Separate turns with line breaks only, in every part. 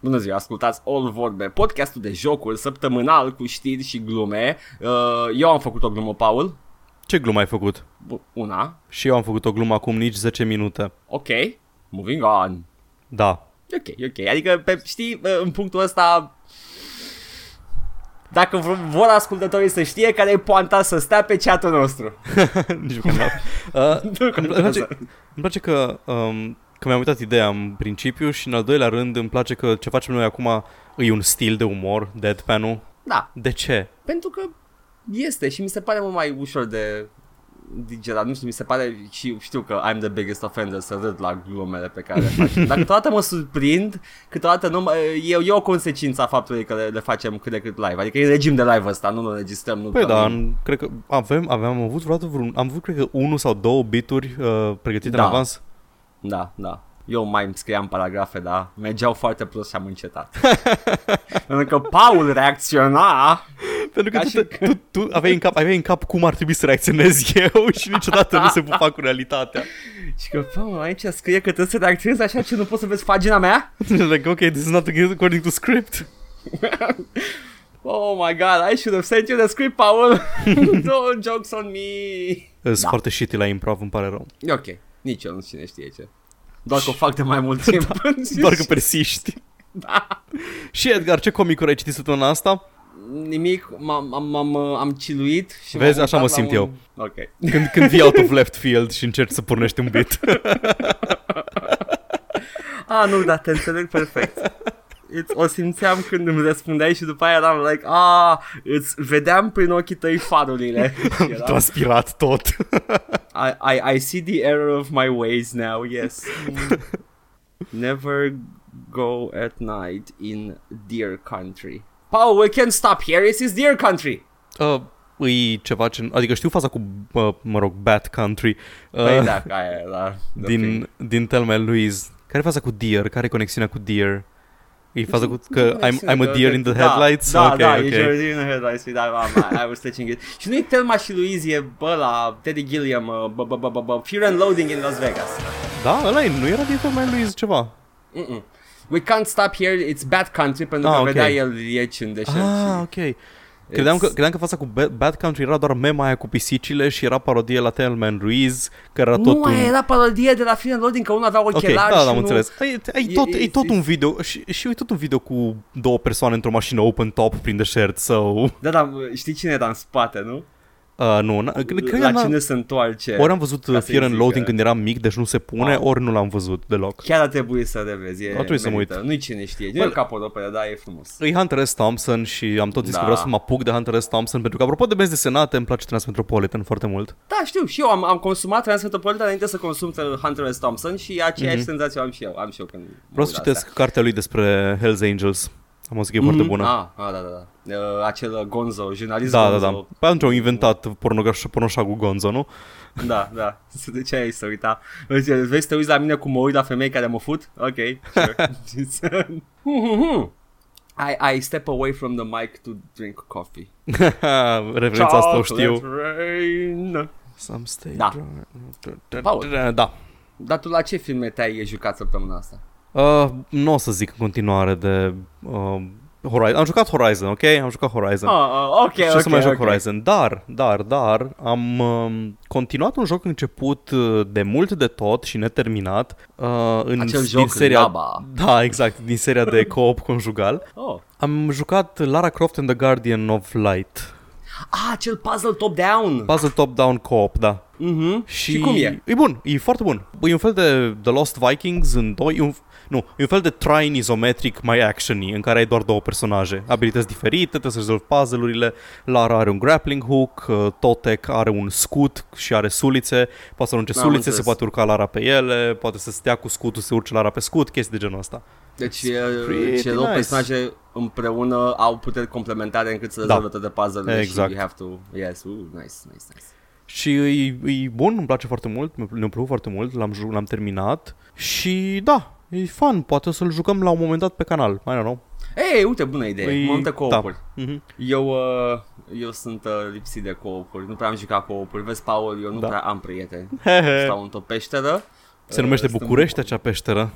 Bună ziua, ascultați All Vorbe, podcastul de jocuri săptămânal cu știri și glume. Uh, Eu am făcut o glumă, Paul,
Ce glumă ai făcut?
Bu- una,
Și eu am făcut o glumă acum nici 10 minute.
ok, moving on.
Da.
E Ok, e ok, adică pe, știi, uh, în punctul ăsta... Dacă v- vor ascultătorii să știe care e poanta să stea pe chat nostru.
nici măcar. n-am. Uh,
Nu
îmi, îmi, place, îmi place că, um, că mi-am uitat ideea în principiu și în al doilea rând îmi place că ce facem noi acum e un stil de umor, deadpan-ul.
Da,
De ce?
Pentru că este și mi se pare mult mai ușor de digerat, nu știu, mi se pare și știu că I'm the biggest offender să râd la glumele pe care le fac. Dar câteodată mă surprind, câteodată nu, mă- e, e o consecință a faptului că le, le facem cât de cât live. Adică e regim de live ăsta, nu-l înregistrăm. Nu
Păi
că-
da, în, cred că avem, aveam avut vreodată vreun, am avut cred că unul sau două bituri uh, pregătite
Da.
în avans.
Da, da. Eu mai îmi scriam paragrafe, da. Mergeau foarte prost și am încetat. Pentru că Paul reacționa
Pentru că
Ca
tu,
și-
te- tu, tu aveai, în cap, aveai în cap cum ar trebui să reacționez eu și niciodată nu se fac cu realitatea.
și că, pă, mă, aici scrie că trebuie să reacționezi așa ce nu poți să vezi pagina mea?
like, ok, this is not according to script.
Oh my god, I should have sent you the script, Paul. no jokes on me.
Sunt foarte shitty la improv, îmi pare rău.
E ok, nici eu nu cine știe ce. Doar că o fac de mai mult timp.
Doar că persiști. Da. Și Edgar, ce comicuri ai citit săptămâna asta?
Nimic, m-am, am, am, am ciluit și
Vezi,
m-am
așa mă
uitat la
simt eu.
Ok.
Când, când vii out of left field și încerci să pornești un bit.
Ah, nu, dar te înțeleg perfect. It's, o simțeam când îmi răspundeai și după aia eram like, ah, îți vedeam prin ochii tăi farurile. Și
Am
eram,
transpirat tot.
I, I, I see the error of my ways now, yes. Never go at night in deer country. Paul, we can stop here. This is deer country.
Uh, e ceva ce... Adică știu faza cu, uh, mă rog, Bat Country. Uh,
Păi da, ca aia, da.
din, din Tell Me Louise. Care e faza cu Deer? Care e conexiunea cu Deer? E faza cu că I'm, I'm a deer in the headlights?
Da,
ok,
da,
ok.
e deer in the headlights. Da, am, I, I was touching it. Și nu-i Thelma și Louise, e bă, la Teddy Gilliam, uh, bă, bă, bă, bă, bă, Fear and Loading in Las Vegas.
Da, ăla e, nu era din Tell Me Louise ceva.
Mm-mm. We can't stop here, it's bad country, pentru
Ah,
că
ok.
vedea el rieci în deșert.
Ah,
și-
ok. Credeam
It's-
că, credeam că fața cu Bad, Bad Country era doar mema aia cu pisicile și era parodie la Telman Ruiz, care era tot
Nu,
un...
aia era parodie de la Fear and Loading, că unul avea
Ok,
ochelari
da,
și
da, am
nu... Păi,
înțeles. E, e,
E-
tot,
e-
e, tot
e-
un video și, și e tot un video cu două persoane într-o mașină open top prin deșert, so...
Da, da, știi cine era în spate, nu?
Uh, nu, na, cred că
la
n-a-
cine se întoarce.
Ori am văzut
Ca
uh,
să-i
Fear and
zică.
Loathing când eram mic, deci nu se pune,
Wow.
ori nu l-am văzut deloc.
Chiar ar trebui să revezi. E
Ar trebui să mă
merită.
uit.
Nu-i cine știe. Nu
Bă,
e capodoperă, da, e frumos.
E Hunter S. Thompson și am tot zis
Da.
că vreau să mă apuc de Hunter S. Thompson pentru că, apropo de benzi desenate, îmi place Transmetropolitan foarte mult.
Da, știu, și eu am, am consumat Transmetropolitan înainte să consum Hunter S. Thompson și aceeași mm-hmm. senzație am și eu. Am și eu când
Vreau să
aud
Mhm. citesc
astea.
cartea lui despre Hells Angels. Am o zi mm foarte bună.
Ah, ah, da, da, da. Uh, acel uh, Gonzo, jurnalist
Da, da,
Gonzo.
da. Păi atunci au inventat pornogra- pornoșagul Gonzo, nu?
Da, da. Se ducea ei să uita. Zice, Vezi să te uiți la mine cum mă uit la femei care mă fut? Ok, sure. I, I step away from the mic to drink coffee.
Referența asta o știu.
Chocolate rain.
Some stay
Da.
dry. Da.
Dar tu la ce filme te-ai jucat săptămâna asta?
Uh, nu o să zic în continuare de uh, Horizon. Am jucat Horizon, ok? Am jucat Horizon.
Ah, ah, ok,
Da. și
ok,
o să mai joc
ok.
Horizon. Dar, dar, dar, am um, continuat un joc început uh, de mult de tot și neterminat uh, în
Acel
din
joc
seria...
Laba.
Da, exact, din seria de co-op conjugal.
Oh.
Am jucat Lara Croft and the Guardian of Light.
Ah, acel puzzle top-down.
Puzzle top-down co-op, da.
Mhm.
Și,
Și cum e?
E bun, e foarte bun. Păi E un fel de The Lost Vikings în doi, e un, nu, e un fel de train izometric mai actiony, în care ai doar două personaje. Abilități diferite, trebuie să rezolvi puzzle-urile. Lara are un grappling hook, uh, Totek are un scut și are sulițe. Poate să arunce
Am
sulițe,
înțeles.
se poate urca Lara pe ele, poate să stea cu scutul, se urce Lara pe scut, chestii de genul ăsta.
Deci e,
pretty
cele două
nice.
personaje împreună au puteri complementare încât să rezolve toate puzzle-urile
Exact.
și you have to... Yes, ooh, nice, nice, nice.
Și e, e bun, îmi place foarte mult, mi- mi-a plăcut foarte mult, l-am, ju- l-am terminat și da, e fun, poate o să-l jucăm la un moment dat pe canal, I don't know.
Ei, uite, bună idee,
Păi,
multe co-op-uri.
Da. Mhm.
Eu, uh, eu sunt uh, lipsit de co-op-uri, nu prea am jucat co-op-uri. Vezi, Paul, eu nu
Da.
prea am prieteni.
Hehe.
Stau într-o peșteră.
Se numește
stăm-
București acea peșteră.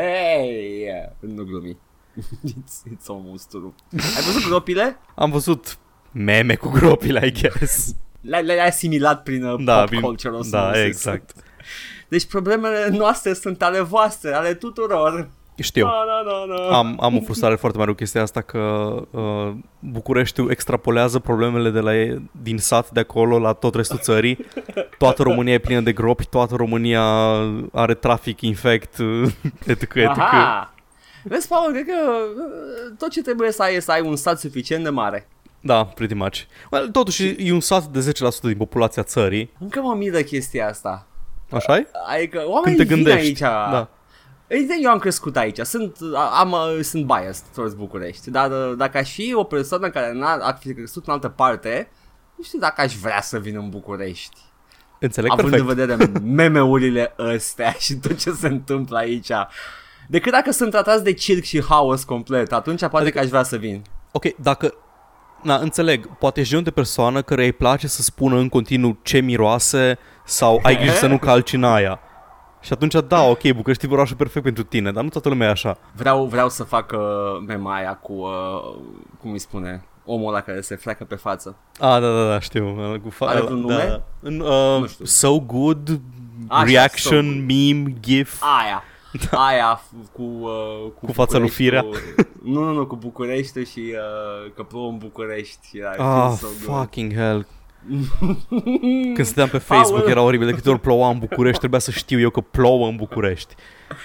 Ei, nu glumi. it's, it's almost true. Ai văzut gropile?
Am văzut meme cu gropile, I guess.
Le- Le-ai asimilat prin uh,
Da,
pop
prin-
culture
da,
osmosis.
exact.
Deci problemele noastre sunt ale voastre, ale tuturor.
Știu.
Na, na, na, na.
Am, am o frustrare foarte mare cu chestia asta că uh, Bucureștiul extrapolează problemele de la, din sat de acolo la tot restul țării. Toată România e plină de gropi, toată România are trafic infect, etc. etc.
Aha! Vezi, Paul, cred că uh, tot ce trebuie să ai e să ai un stat suficient de mare.
Da, pretty much. Well, totuși e un sat de 10% din populația țării,
Încă mă miră chestia asta.
așa e?
Adică
Când
oamenii
te
vin
gândești.
aici.
Da.
Evident, eu am crescut aici, sunt, a- am, uh, sunt biased towards București, dar uh, dacă aș fi o persoană care n-a, ar fi crescut în altă parte, nu știu dacă aș vrea să vin în București.
Înțeleg
având
perfect.
în vedere meme-urile astea și tot ce se întâmplă aici. Decât dacă sunt tratați de circ și haos complet, atunci poate adică... că aș vrea să vin.
Ok, dacă... Na, înțeleg, poate ești genul de persoană care îi place să spună în continuu ce miroase sau ai grijă să nu calci în aia. Și atunci, da, ok, București e orașul perfect pentru tine, dar nu toată lumea e așa.
Vreau, vreau să fac uh, mema aia cu, uh, cum îi spune, omul ăla care se fleacă pe față.
A, da, da, da, știu. ăla Cu fa-
Are
ăla,
vreun nume?
da. În, uh,
Nu știu.
so good,
Așa,
reaction,
So Good.
meme, gif.
Aia. Da. Aia f- cu, uh, cu,
Cu fața lui Firea.
Bucureștiul- Nu, nu, nu, cu București și uh, că plouă în București. Era
Ah,
feel so good.
fucking hell. Când stăteam pe Facebook
Paul.
era oribil, de câte ori ploua în București, trebuia să știu eu că plouă în București.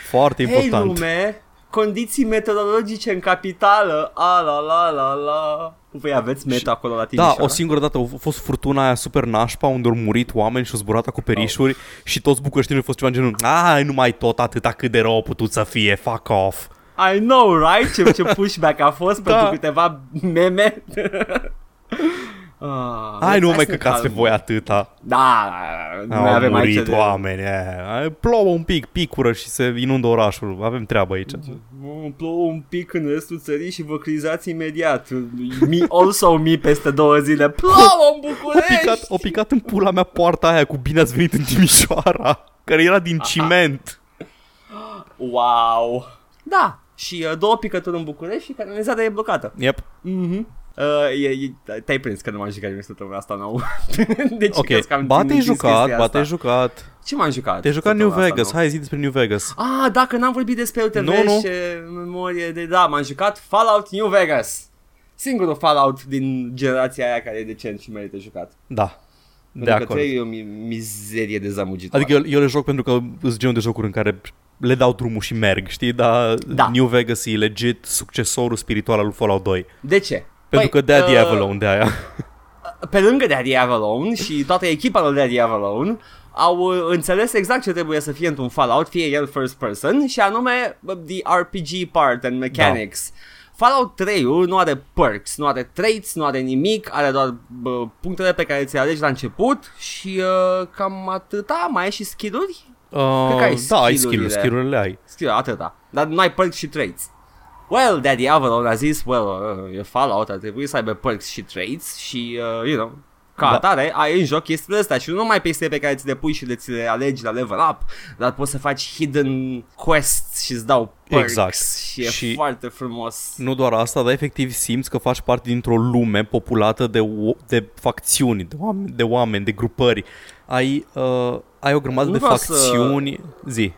Foarte
Hei
important.
lume, condiții meteorologice în capitală, a la la la la. Voi aveți meta acolo la
Da,
Timișoara?
o singură dată a fost furtuna aia super nașpa unde au murit oameni și au zburat acoperișuri și toți bucureștinii au fost ceva în genul Ai, nu mai tot atâta cât de rău a putut să fie, fuck off.
I know, right? Ce, ce pushback a fost
Da.
da. pentru câteva meme. Ah,
Ai, nu
hai
mai
să
căcați pe
calmăm.
voi atâta.
Da, nu
Au
mai avem aici.
murit
de-
oameni, e. Ai, plouă un pic, picură și se inundă orașul. Avem treabă aici.
Deci- Mă, Plouă un pic în restul țării și vă crizați imediat. Mi, also mi peste două zile. Plouă în
O
București!
picat, o picat în pula mea poarta aia cu bine ați venit în Timișoara, care era
Ah,
din ciment.
Wow! Da, și uh, două picături în București și canalizarea e blocată.
Yep. Mm-hmm.
Mhm. Uh, e, e, te-ai prins că nu m-am jucat nimic săptămâna asta nou. deci
Ok,
crezi că am
ba te-ai
întins
jucat,
chestia
ba
asta.
te-ai jucat.
Ce m-am jucat?
Te-ai jucat New
săptămâna asta
Vegas,
nouă?
hai zi despre New Vegas.
Ah, dacă n-am vorbit despre UTV
Nu, nu.
și uh, memorie de... Da, m-am jucat Fallout New Vegas. Singurul Fallout din generația aia care e decent și merită jucat.
Da. De
Pentru că
acord.
trei e o mi- mizerie de zamugitoare.
Adică eu, eu le joc pentru că sunt genul de jocuri în care le dau drumul și merg, știi? Dar da.
Da.
New Vegas e legit succesorul spiritual al lui Fallout 2.
De ce?
Pentru
Păi,
că Daddy
uh,
uh... Avalon de aia.
pe lângă Daddy Avalon și toată echipa lui Daddy Avalon au uh, înțeles exact ce trebuie să fie într-un Fallout, fie el first person, și anume uh, the RPG part and mechanics. Da. Fallout 3 nu are perks, nu are traits, nu are nimic, are doar bă, punctele pe care ți le alegi la început și uh, cam atâta, mai ai și skill-uri? cred că ai
Uh, da, ai skill
skill-urile.
skill-urile ai.
Skill, atâta, dar nu ai perks și traits. Well, Daddy Avalon a zis, well, uh, e Fallout, ar trebui să aibă perks și traits și, uh, you know, ca
Da.
da. atare, ai în joc chestiile astea și nu numai peste pe care ți le pui și le, ți le alegi la level up, dar poți să faci hidden quests și îți dau perks
Exact.
și e
Și-
foarte frumos.
Nu doar asta, dar efectiv simți că faci parte dintr-o lume populată de, o- de facțiuni, de oameni, de, oameni, de grupări. Ai, uh, ai o grămadă
Nu
de
vreau să-
facțiuni. Zi.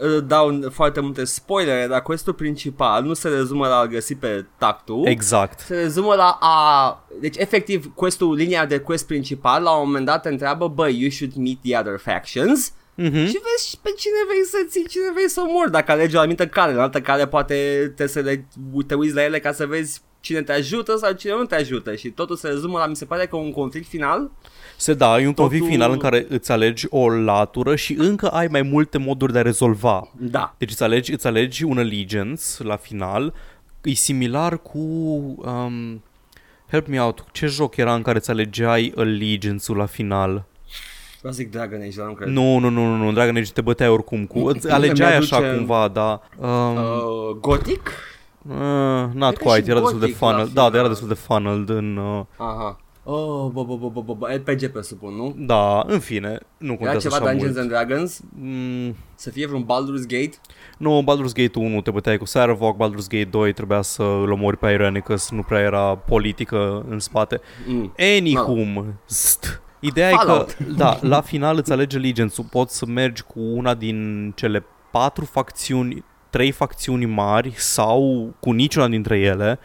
Uh, Dau foarte multe spoilere, dar questul principal nu se rezumă la a găsi pe tactul.
Exact.
se rezumă la a... Deci, efectiv, questul, linia de quest principal, la un moment dat te întreabă, bă, you should meet the other factions.
Mhm.
Și vezi pe cine vrei să ții, cine vrei să omori, dacă alegi o anumită cale, în altă cale poate te, să le, te uiți la ele ca să vezi cine te ajută sau cine nu te ajută și totul se rezumă la, mi se pare că un conflict final
Se da, e un conflict
Totul-
final în care îți alegi o latură și încă ai mai multe moduri de a rezolva.
da,
Deci îți alegi, îți alegi un allegiance la final, e similar cu... Um, help me out, ce joc era în care îți alegeai allegiance-ul la final?
vreau să zic Dragon Age, dar nu cred.
Nu, nu, nu, nu, nu Dragon Age te băteai oricum cu... Îți alegeai
Mi-aduce-
așa cumva, da. Um, uh,
Uh, Gothic? cred
not
că și
quite, era destul de
Gothic la
funnel. Da, dar era
final.
destul de funneled în... Uh,
Aha. Oh, bo, bo, bo, bo, bo, bo, RPG presupun, nu?
Da, în fine, nu
Era
contează
ceva
așa
Dungeons
mult.
and Dragons?
Mm,
Să fie vreun Baldur's Gate?
nu, Baldur's Gate 1 te băteai cu Saravok, Baldur's Gate 2 trebuia să îl omori pe Ironicus, nu prea era politică în spate.
Mm.
Anyhum. St. Ideea e că,
Fallout.
da, la final îți alegi allegiance poți să mergi cu una din cele patru facțiuni, trei facțiuni mari sau cu niciuna dintre ele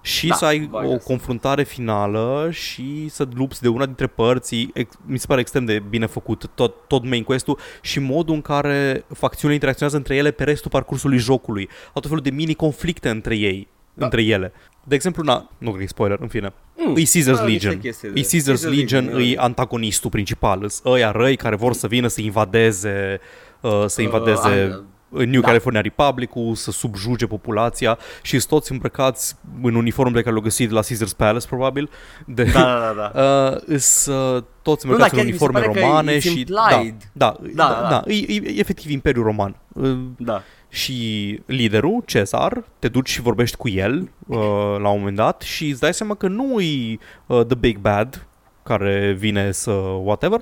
și
Da,
să ai
vai,
o
asta.
confruntare finală și să lupți de una dintre părți. Ex- Mi se pare extrem de bine făcut tot, tot main quest-ul și modul în care facțiunile interacționează între ele pe restul parcursului jocului. Au tot felul de mini-conflicte între ei,
Da.
între ele. De exemplu, na, nu cred că e spoiler, în fine.
Mm,
E Caesar's
da, niște
Legion.
chestii de-
E Caesar's Legion, e
da.
antagonistul principal. Îs ăia răi care vor să vină să invadeze uh, să invadeze
Anglia.
New
Da.
California Republic-ul, să subjuge populația și sunt toți îmbrăcați în uniformele care le-au găsit la Caesar's Palace, probabil. De,
Da, da, da. da.
Uh, îs uh, toți
Nu,
îmbrăcați
da,
în
chiar mi se
uniforme
pare că
romane
it's
și da,
implied.
da, da,
Da,
da,
da,
da. E, e, e efectiv Imperiul Roman. Uh,
da.
și liderul, Cezar, te duci și vorbești cu el uh, la un moment dat și îți dai seama că nu e uh, The Big Bad care vine să whatever.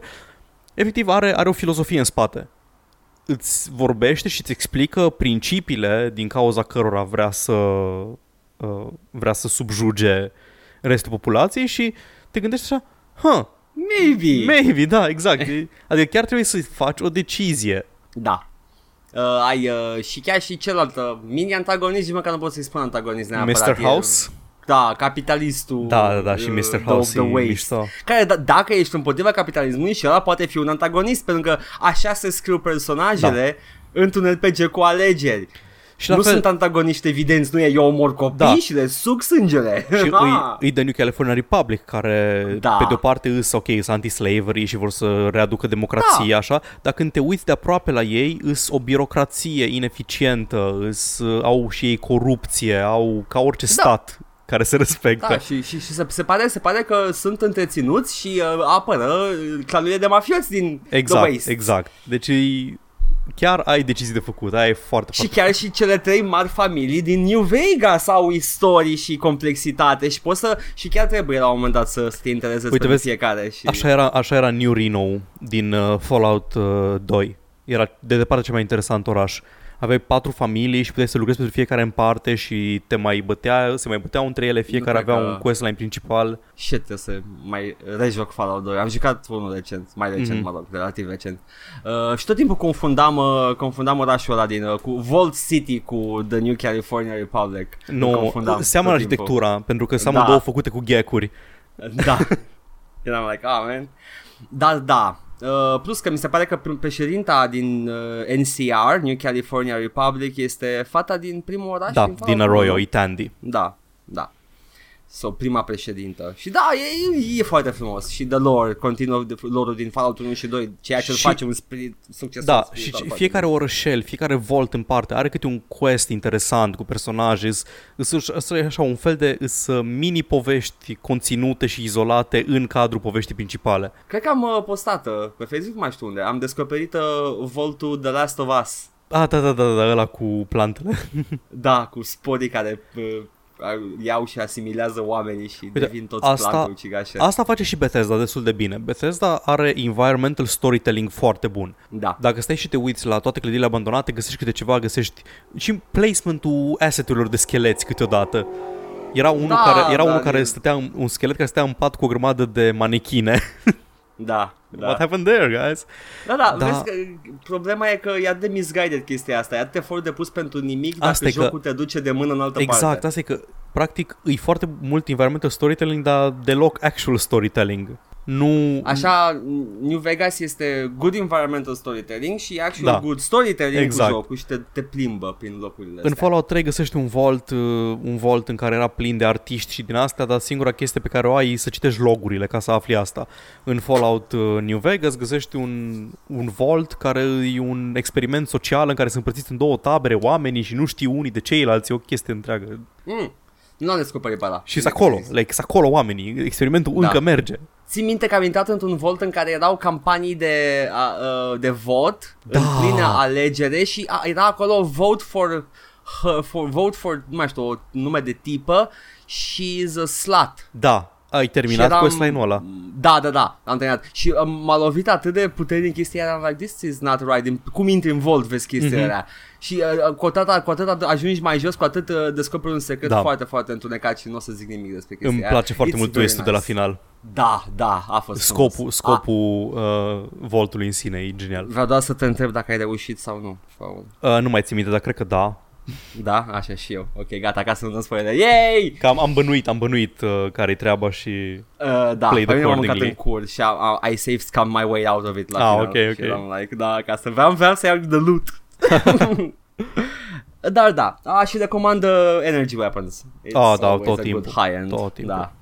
Efectiv are, are o filozofie în spate. Îți vorbește și îți explică principiile din cauza cărora vrea să, uh, vrea să subjuge restul populației și te gândești așa, huh,
Maybe.
maybe, da, exact. E- Adică chiar trebuie să faci o decizie.
Da. Uh, ai uh, și chiar și celălalt uh, mini-antagonist, și măcar nu pot să-i spun antagonist neapărat.
Mr.
e-
House?
Da, capitalistul.
Da, da, da, și
uh,
Mr.
the-
House
the
e
Waste.
mișto.
Care, d- dacă ești împotriva capitalismului și ăla poate fi un antagonist, pentru că așa se scriu personajele într-un RPG cu alegeri.
Da. Și
Și
la
nu
fel,
sunt antagoniști evidenți, nu e eu omor copii
Da.
da. și le suc sângele.
Și
Ah.
îi, îi dă New California Republic, care da.
Da.
pe de-o parte îs, ok, sunt anti-slavery și vor să readucă democrația, da. așa, dar când te uiți de aproape la ei, îs o birocrație ineficientă, îs, uh, au și ei corupție, au ca orice da. stat care se respectă.
Da, și, și, și se, se, pare, se pare că sunt întreținuți și uh, apără uh, clanurile de mafioți din
exact,
The Waste.
exact. Deci îi- chiar ai decizii de făcut, aia e foarte,
Și
foarte...
chiar și cele trei mari familii din New Vegas au istorii și complexitate și poți să, și chiar trebuie la un moment dat să, să te interesezi
Uite,
Uite,
vezi,
vezi, fiecare. Și...
Așa era, așa era New Reno din uh, Fallout uh, 2. Era de departe cel mai interesant oraș. Aveai patru familii și puteai să lucrezi pentru fiecare în parte și te mai bătea, se mai băteau între ele, fiecare
cred
avea
că-
un questline principal.
Shit, trebuie să mai rejoc Fallout 2. Am jucat unul recent, mai recent,
Mhm.
mm-hmm. mă rog, relativ recent. Uh, și tot timpul confundam, uh, confundam orașul ăla din, uh, cu Vault City cu The New California Republic. Îl
Nu,
confundam
seamănă
tot timpul.
arhitectura, pentru că seamănă
Da.
două făcute cu gheacuri.
Da. Eram like, ah, man. Dar da, Uh, plus că mi se pare că prim- președinta din uh, NCR, New California Republic, este fata din primul oraș.
Da,
Fallout
din
1.
Arroyo, Itandi.
Da, da. Sau so, prima președintă. Și da, e, e foarte frumos. Și the lore, continuă de- lore-ul din Fallout 1 și 2, ceea ce îl
Și-
face un spirit succes.
Da, și ce-
exact.
fiecare orășel, fiecare volt în parte are câte un quest interesant cu personaje, îs- îs- îs- îs- e așa un fel de îs, uh, mini-povești conținute și izolate în cadrul poveștii principale.
Cred că am uh, postat uh, pe Facebook, mai știu unde, am descoperit uh, voltul The Last of Us.
Ah, da, da, da, da, ăla cu plantele.
Da, cu sporii care uh, au- iau și asimilează oamenii și Uite, devin toți
asta-
asta, planturi ucigașe. A...
Asta face și Bethesda destul de bine. Bethesda are environmental storytelling foarte bun.
Da.
Dacă stai și te uiți la toate clădirile abandonate, găsești câte ceva, găsești și placementul asset-urilor de scheleți câteodată. Era unul
Da,
care, era
da,
unul care
din-
stătea, în- un schelet care stătea în pat cu o grămadă de manechine.
Da, da.
What happened there, guys?
Da, da,
Da.
da, vezi că problema e că e atât de misguided chestia asta, e atât de fort de pus pentru nimic dacă
Asta e
asta
că-
jocul că... te duce de mână în altă
Exact,
parte.
asta e că practic e foarte mult environmental storytelling, dar deloc actual storytelling. Nu
Așa, New Vegas este good environmental storytelling și actual
Da.
da. good storytelling
Exact.
exact. cu jocul și te, te plimbă prin locurile
În
astea.
Fallout 3 găsești un vault, uh, un vault în care era plin de artiști și din astea, dar singura chestie pe care o ai e să citești logurile ca să afli asta. În Fallout uh, New Vegas găsești un, un vault care e un experiment social în care sunt împărțiți în două tabere oamenii și nu știu unii de ceilalți, e o chestie întreagă.
Mm. Nu am descoperit pe ăla.
Și sunt acolo, like, sunt acolo oamenii, experimentul da.
Da.
încă merge.
Țin minte că am intrat într-un volt în care erau campanii de, a, a, de vot
Da.
da. în plină alegere și a, era acolo vote for, h- for vote for, nu mai știu, o nume de tipă și is a slut.
Da, Ai terminat
eram-
questline-ul ăla.
Da, da, da, am terminat. Și um, m-a lovit atât de puternic chestia aia, like, this is not right, Din- cum intri în Vault vezi chestia
Mhm.
mm-hmm. aia. Și uh, cu, atât, cu atât ajungi mai jos, cu atât uh, descoperi un secret
Da.
da. foarte, foarte întunecat și nu o să zic nimic despre chestia
Îmi
aia.
place foarte
It's
mult
very
twistul de la final.
Da, da, a fost
Scopul,
frumos.
scopul uh, voltului în sine e genial.
A, vreau doar să te întreb dacă ai reușit sau nu. Paul.
Uh, nu mai țin minte, dar cred că da.
Da, așa și eu. Ok, gata, ca să nu dăm spoiler. Yay!
Că am, am bănuit, am bănuit uh, care-i treaba și...
Uh, da,
Played
pe mine m-am mâncat
accordingly.
în cur și am, am, I saved cam my way out of it la
Ah,
final.
ok, ok.
Și eram like, da, ca să vreau, vreau să iau the loot. Dar da, a, și recomandă Energy Weapons. It's
Ah, da,
always
tot
a
timpul.
Good high-end.
Tot timpul.
Da.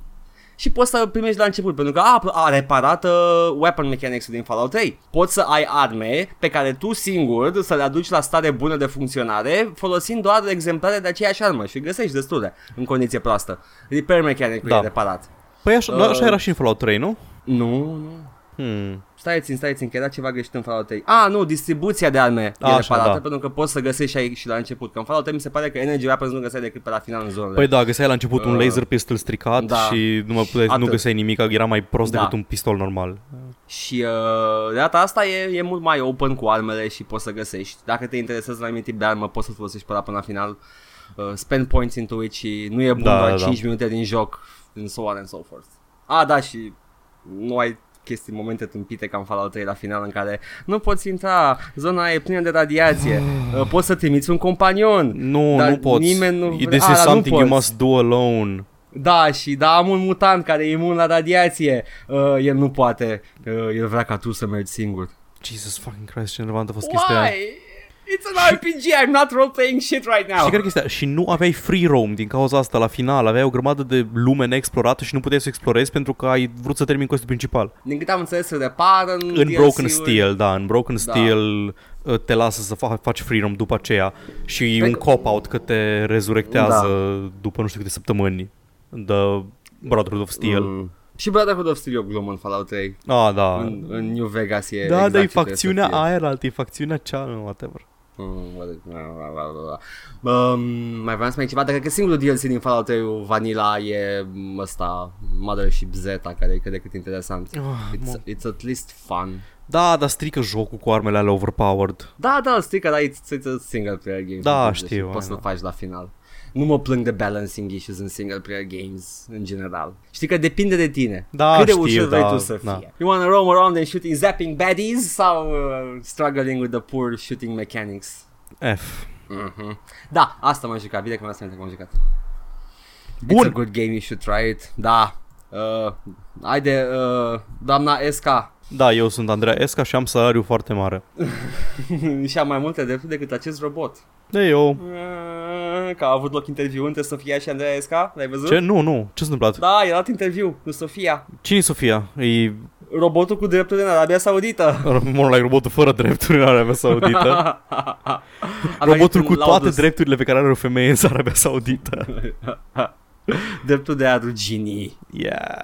Și poți să primești la început, pentru că a, a reparat uh, weapon mechanics din Fallout 3. Poți să ai arme pe care tu singur să le aduci la stare bună de funcționare, folosind doar exemplare de aceeași armă și găsești destule în condiție proastă. Repair mechanic
Da.
e reparat.
Păi așa,
Uh,
așa era și în Fallout 3, nu?
Nu, nu.
Hmm.
Stai țin, stai țin, că era ceva greșit în Fallout 3. A, nu, distribuția de arme
Așa,
e reparată,
da.
pentru că poți să găsești și aici și la început. Că în Fallout 3 mi se pare că Energy Weapons nu găseai decât pe la final în zonă.
Păi da, găseai la început un
Uh,
laser pistol stricat
da.
și nu, mai puteai, nu
Atât.
găseai nimic, era mai prost
Da.
decât un pistol normal.
Și uh, de data asta e, e mult mai open cu armele și poți să găsești. Dacă te interesează la anumit tip de armă, poți să folosești până la- până la final. Uh, spend points into it și nu e bun
Da,
da, doar
da,
da,
da.
5 minute din joc and so on and so forth. A, da, și nu ai chestii, momente tâmpite ca în Fallout 3 la final în care nu poți intra, zona e plină de radiație,
Ah.
uh, poți să trimiți un companion.
Nu,
Dar
nu poți.
nimeni nu vrea-
This
Ah,
is
dar nu
something you
poți.
must do alone.
Da, și da, am un mutant care e imun la radiație, uh, el nu poate, uh, el vrea ca tu să mergi singur.
Jesus fucking Christ, ce nervant a fost chestia aia.
It's an RPG, I'm not role-playing shit right now.
Și care chestia? Și nu aveai free roam din cauza asta la final, aveai o grămadă de lume neexplorată și nu puteai să explorezi pentru că ai vrut să termini questul principal.
Din câte am înțeles, se repară în,
În
DLC-uri.
Broken Steel, da, în Broken
Da.
Steel uh, te lasă să fa- faci free roam după aceea și
Pe-
e
Da.
un cop-out că te rezurectează după nu știu câte săptămâni. The Brotherhood of Steel.
Mm. Și Brotherhood of Steel e o glumă în Fallout 3.
Ah, da.
În, în New Vegas e
da,
Mm. exact
dar e
ce trebuie
facțiunea
să fie.
aia, altă, e facțiunea cealaltă, whatever.
Mm, what the- bla, bla, bla, bla, bla. Um, mai vreau să mai ceva, dar cred că singurul DLC din Fallout 3 Vanilla e m, ăsta, Mothership Zeta, care e cât de cât interesant.
Ah, mă.
It's, it's at least fun.
Da, dar strică jocul cu armele alea overpowered.
Da, da, strică, dar it's, it's a single player game.
Da,
Deci
știu,
Poți
I
să-l
know.
faci la final. Nu mă plâng de balancing issues în single player games, în general. Știi că depinde de tine.
Da,
Cât de
știu,
ușor
da,
vrei tu să
da.
fie. You wanna roam around and shooting, zapping baddies sau uh, struggling with the poor shooting mechanics?
F.
Mhm. Da, asta m-am jucat. Bine că mi-am că m-am jucat. It's a
Bun.
good game, you should try it. Da. Uh, haide, uh, doamna Esca.
Da, eu sunt Andreea Esca și am salariu foarte mare.
și am mai multe drepturi decât acest robot.
De eu.
Că a avut loc interviu între Sofia și Andreea Esca, l-ai văzut?
Ce? Nu, nu. Ce s-a întâmplat?
Da, i-a dat interviu cu Sofia.
Cine e Sofia? E uh,
Robotul cu drepturi din Arabia Saudită.
more like robotul fără drepturi în Arabia Saudită.
A venit
robotul
în
cu toate
Laudus.
drepturile pe care are o femeie în Arabia Saudită.
dreptul de a ruginii.
Yeah.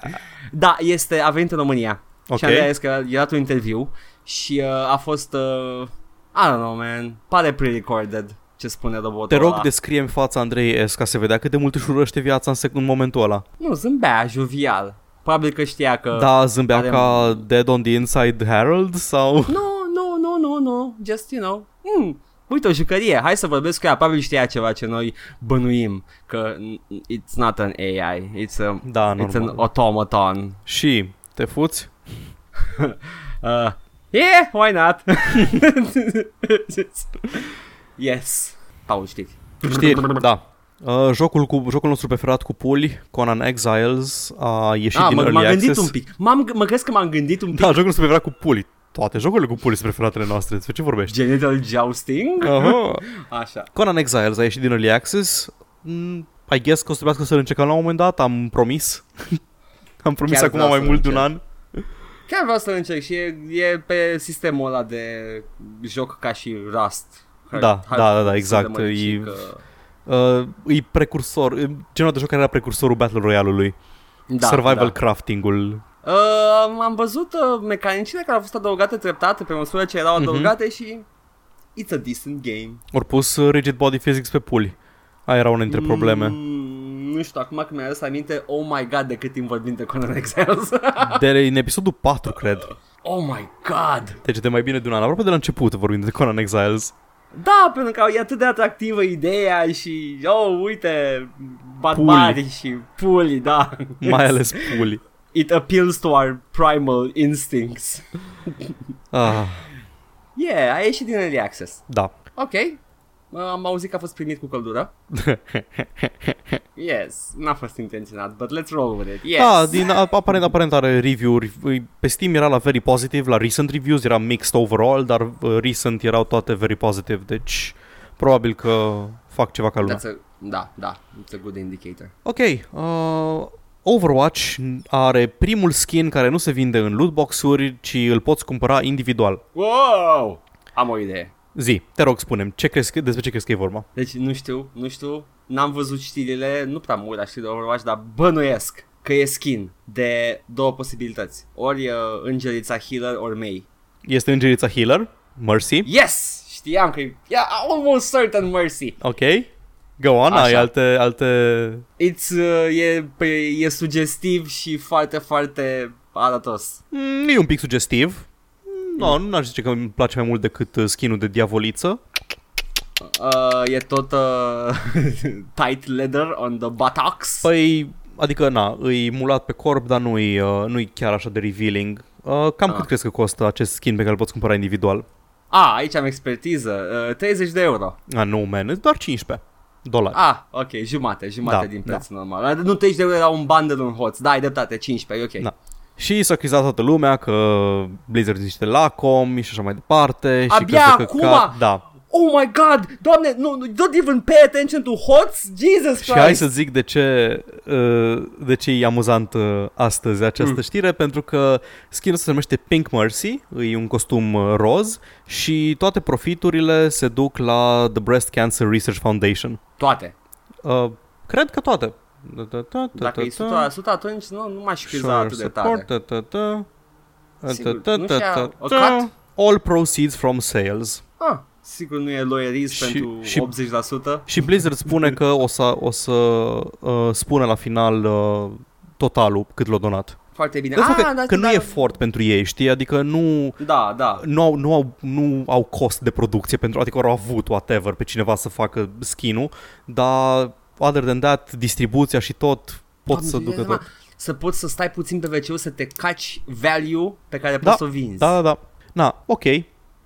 Da, este, a venit în România.
Ok.
Și Andreea Esca i-a dat un interviu și uh, a fost, uh, I don't know, man, pare pre-recorded ce spune robotul
Te rog,
ăla.
descrie în fața Andrei Esca să vedea cât de mult își urăște viața în, sec- în momentul ăla.
Nu, zâmbea, jovial. Probabil că știa că...
Da, zâmbea
Uh, are-
ca Dead on the Inside Harold sau...
No, no, no, no, no, just, you know, mm, uite o jucărie, hai să vorbesc cu ea, probabil știa ceva ce noi bănuim, că n- it's not an AI, it's, a,
Da,
it's an
normal.
automaton.
Și te fuți?
Uh, yeah, why not? yes, Paul știi.
Știri, da. Uh, jocul, cu, jocul nostru preferat cu puli, Conan Exiles, a ieșit
Ah,
din
mă,
Early
m-am gândit
Access.
un pic, m-am, g- mă crezi că m-am gândit un pic.
Da, jocul nostru preferat cu puli. Toate jocurile cu puli sunt preferatele noastre. Despre ce vorbești?
Genital jousting?
Aha.
Așa.
Conan Exiles a ieșit din Early Access. Mm, I guess că o să trebuiască să-l încercăm la un moment dat. Am promis. Am promis
Chiar
acum
vreau
mai
să-l
mult de un
încerc.
an.
Chiar vreau să-l încerc și e, e pe sistemul ăla de joc ca și Rust.
Da, da, da, da, exact,
să le mă duc
e-
că...
Uh, e precursor, e genul de joc care era precursorul Battle Royale-ului.
da,
Survival
Da.
crafting-ul.
Uh, am văzut uh, mecanicile care au fost adăugate treptat pe măsură ce erau
Mhm.
adăugate și it's a decent game.
Ori pus uh, rigid body physics pe puli. Aia era una dintre probleme.
Mm, nu știu, acum când mi-a adus aminte, oh my god, de cât timp vorbim de Conan Exiles.
De în episodul 4, cred.
oh my god!
Deci de mai bine de un an, aproape de la început vorbim de Conan Exiles.
Da, pentru că e atât de atractivă ideea și, oh, uite, barbari și puli, da.
Mai ales puli.
It appeals to our primal instincts.
Ah,
yeah, a ieșit din Early Access.
da.
Ok. Am auzit că a fost primit cu căldură. Yes, n-a fost intenționat, but let's roll with it. Yes.
Da, din, a- aparent, aparent are review-uri. Pe Steam era la very positive, la recent reviews era mixed overall, dar uh, recent erau toate very positive, deci probabil că fac ceva ca lumea.
That's a, da, da, it's a good indicator.
Ok, uh, Overwatch are primul skin care nu se vinde în lootbox-uri, ci îl poți cumpăra individual.
Wow! Am o idee.
Zi, te rog, spunem, ce crezi, că- despre ce crezi că e vorba?
Deci nu știu, nu știu, n-am văzut știrile, nu prea mult la știri de Overwatch, dar bănuiesc că e skin de două posibilități. Ori uh, îngerița healer, ori mei.
Este îngerița healer, Mercy.
Yes! Știam că e yeah, almost certain mercy.
Ok, go on,
Așa.
ai alte, alte...
It's, uh, e, pe, e sugestiv și foarte, foarte arătos.
Mm, e un pic sugestiv. Mm, No, nu aș zice că îmi place mai mult decât uh, skin-ul de diavoliță.
Uh, e tot uh, tight leather on the buttocks.
Păi, adică, na, îi mulat pe corp, dar nu-i, uh, nu-i chiar așa de revealing. Uh, cam
Ah.
cât crezi că costă acest skin pe care îl poți cumpăra individual?
A, Ah, aici am expertiză. Uh, 30 de euro.
A, nu, man, doar 15 dolari. A.
Ah, ok, jumate, jumate
Da,
din prețul normal. Adică Nu 30 de euro era un bundle în hoț. Da, ai dreptate, 15, e ok.
Da. Și s-a accuzat toată lumea că Blizzard sunt niște lacomi și așa mai departe. și
Abia
că- că- că-
acum?
Da.
Oh my god, doamne, no, no, don't even pay attention to hots, Jesus
Și hai
Christ.
să zic de ce, uh, de ce e amuzant uh, astăzi această mm. știre, pentru că skin se numește Pink Mercy, e un costum uh, roz și toate profiturile se duc la The Breast Cancer Research Foundation.
Toate.
Uh, cred că toate. Da, da, da, da,
Dacă
da,
e 100%,
da.
100 atunci nu, nu m-aș
Sure,
friza atât de
support,
tare.
da, da, da. Da,
Sigur,
da,
nu
da,
și-a-
da,
o
da.
cut?
All proceeds from sales.
Ah, sigur nu e loierism
Și-
pentru
și-
80%.
Și Blizzard spune că o să, o să uh, spună la final uh, totalul cât l-a donat.
Foarte bine.
Dar
Ah,
ah, că,
da,
că nu
da,
e efort pentru ei, știi? Adică nu,
Da, da.
nu, au, nu, au, nu au cost de producție, pentru, adică au avut whatever pe cineva să facă skin-ul, dar other than that, distribuția și tot pot să
Doamne,
ducă
Dumnezeu,
tot.
Să poți să stai puțin pe wc să te caci value pe care
Da,
poți să o vinzi.
da, da, da. Na, ok,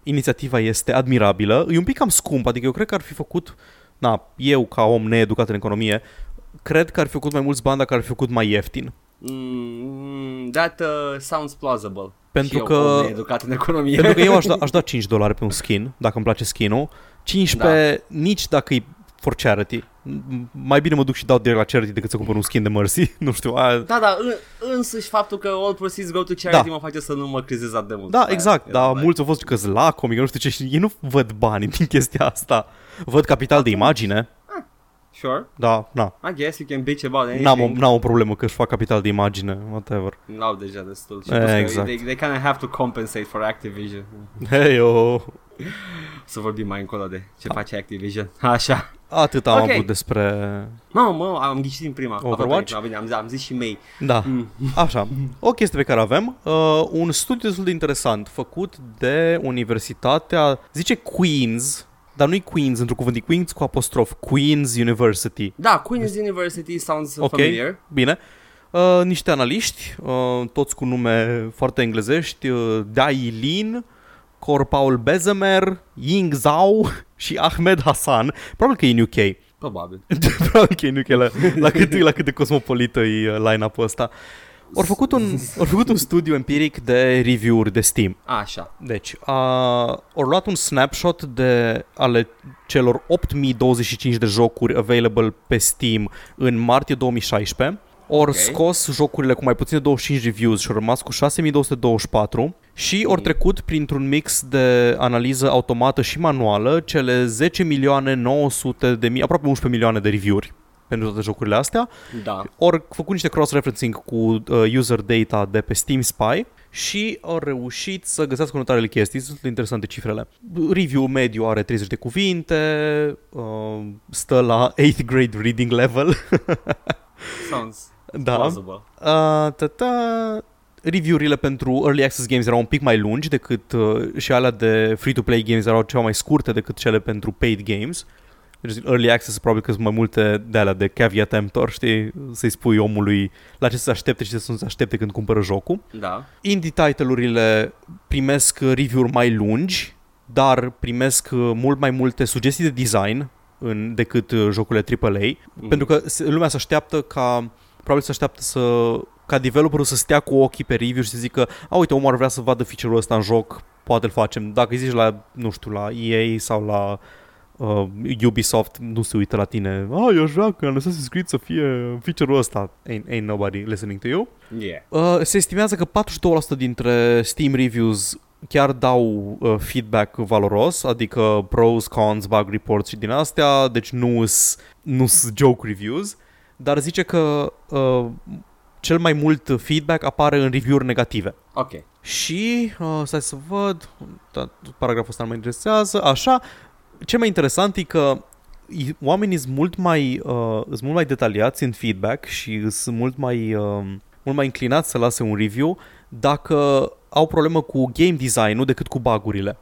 inițiativa este admirabilă, e un pic cam scump, adică eu cred că ar fi făcut, na, eu ca om needucat în economie, cred că ar fi făcut mai mulți bani dacă ar fi făcut mai ieftin.
Mm, that uh, sounds plausible.
Pentru
și
că-
eu, om educat în economie.
Pentru că eu aș da, aș da 5 dolari pe un skin, dacă îmi place skin-ul, 15 da. nici dacă e for charity. M- Mai bine mă duc și dau direct la charity decât să cumpăr un skin de Mercy, nu știu. A,
Da, da, în, însăși faptul că all proceeds go to charity
Da.
mă face să nu mă crizez atât de mult.
da, exact,
Aia,
dar
aia.
mulți au fost că lacomi, că nu știu ce, și ei nu văd bani din chestia asta. Văd capital de imagine,
Sure,
da, na.
I guess you can bitch about
N-am o,
anything.
n-am o problemă că își fac capital de imagine, whatever.
N-au deja destul. Și
E,
plus că
exact.
They, they kind of have to compensate for Activision.
Hei, oh.
Să vorbim mai încolo de ce
Da.
face Activision. Așa.
Atât am
Ok.
avut despre...
Mamă, mă, am ghicit din prima. Apropo,
Overwatch?
din prima, Bine, am, am zis și mei.
Da, așa. O chestie pe care avem, uh, un studiu destul de interesant făcut de Universitatea, zice Queens, dar nu-i Queens, într-un cuvânt, e Queens cu apostrof, Queens University.
Da, Queen's University sounds
Ok,
familiar.
bine. Uh, niște analiști, uh, toți cu nume foarte englezești, uh, Dai Lin, Corpaul Bezemer, Ying Zhao și Ahmed Hassan. Probabil că e în UK.
Probabil.
Probabil că e nuche la, la, cât, la cât de cosmopolită e uh, line-up-ul ăsta. Au făcut, un, or făcut un studiu empiric de review-uri de Steam.
Așa.
Deci, au luat un snapshot de ale celor 8025 de jocuri available pe Steam în martie 2016, ori
Ok.
okay. scos jocurile cu mai puțin de 25 reviews și au rămas cu 6224 și ori trecut printr-un mix de analiză automată și manuală cele 10 milioane 900 de mii, aproape 11 milioane de review-uri. pentru toate jocurile astea,
Da.
ori făcut niște cross-referencing cu uh, user data de pe Steam Spy și au reușit să găsească următoarele chestii, sunt interesante cifrele. Review mediu are 30 de cuvinte, uh, stă la 8th grade reading level.
Sounds
da.
plausible.
Uh, ta-ta. Review-urile pentru Early Access Games erau un pic mai lungi decât uh, și alea de free-to-play games erau ceva mai scurte decât cele pentru paid games. Deci Early Access probabil că sunt mai multe de alea de caveat emptor, știi? Să-i spui omului la ce să se aștepte și ce să nu se aștepte când cumpără jocul.
Da.
Indie title-urile primesc review-uri mai lungi, dar primesc uh, mult mai multe sugestii de design în, decât uh, jocurile AAA.
Mm.
Pentru că se- lumea se așteaptă ca Probabil se așteaptă să ca developerul să stea cu ochii pe review și să zică A, uite, omul ar vrea să vadă feature-ul ăsta în joc Poate îl facem Dacă îi zici la, nu știu, la EA sau la uh, Ubisoft Nu se uită la tine A, eu aș vrea că în Assassin's Creed să fie feature-ul ăsta ain't, ain't nobody listening to you
Yeah.
Uh, se estimează că 42% dintre Steam reviews chiar dau uh, feedback valoros, adică pros, cons, bug reports și din astea, deci nu sunt joke reviews, dar zice că uh, cel mai mult feedback apare în review-uri negative.
Ok.
Și, uh, stai să văd, da, paragraful ăsta nu mă interesează, așa. Ce mai interesant e că i- oamenii sunt mult mai, uh, sunt mult mai detaliați în feedback și sunt mult mai, uh, mult mai inclinați să lase un review dacă au problemă cu game design-ul decât cu bagurile.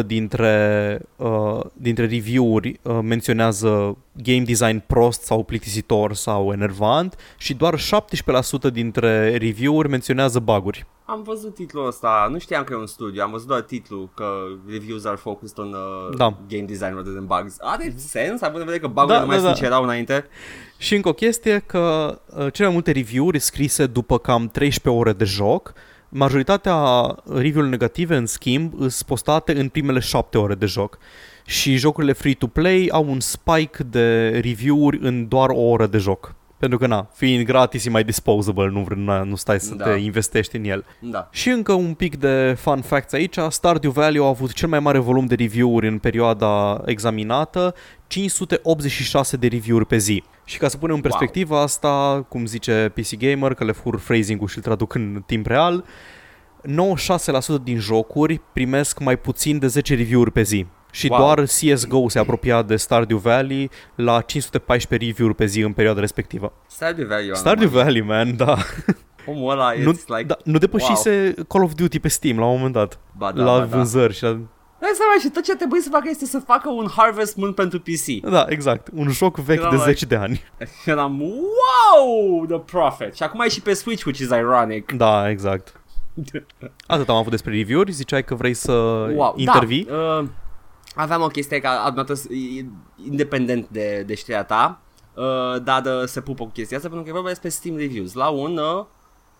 34% dintre, uh, dintre review-uri uh, menționează game design prost sau plictisitor sau enervant și doar 17% dintre review-uri menționează baguri.
Am văzut titlul ăsta, nu știam că e un studiu, am văzut doar titlul că reviews are focused on uh,
Da. Mhm.
game design rather than bugs. Are sens, având în vedere că bugurile
Da,
da, nu mai
da,
da, sunt
da.
ce erau înainte?
Și încă o chestie că uh, cele mai multe review-uri scrise după cam 13 ore de joc, majoritatea review-urilor negative, în schimb, sunt postate în primele 7 ore de joc. Și jocurile free-to-play au un spike de review-uri în doar o oră de joc. Pentru că, na, fiind gratis e mai disposable, nu, vre- na, nu stai să
Da.
da. te investești în el.
Da.
Și încă un pic de fun facts aici, Stardew Valley a avut cel mai mare volum de review-uri în perioada examinată, 586 de review-uri pe zi. Și ca să punem în
Wow.
perspectivă asta, cum zice PC Gamer, că le fur phrasing-ul și îl traduc în timp real, 96% din jocuri primesc mai puțin de 10 review-uri pe zi. Și
Wow.
wow. doar CSGO se apropia de Stardew Valley la 514 review-uri pe zi în perioada respectivă.
Stardew Valley, Ioana,
Stardew Valley, man, da.
mă. Omul ăla, it's
Nu,
like...
da, nu depășise Call of Duty pe Steam la un moment dat
Ba da,
da,
ba
la da,
da.
vânzări și la...
Dai seama și tot ce trebuie să facă este să facă un Harvest Moon pentru PC.
Da, exact. Un joc vechi
Era
de
like-
10 de ani.
Eram, wow, The Prophet. Și acum e și pe Switch, which is ironic.
Da, exact. Atât am avut despre review-uri. Ziceai că vrei să wow, intervii. Da.
Da, uh, aveam o chestie ca adunată s- i- i- independent de, de știrea ta, uh, dar uh, se pupă cu chestia asta pentru că e vorba despre Steam Reviews la un uh,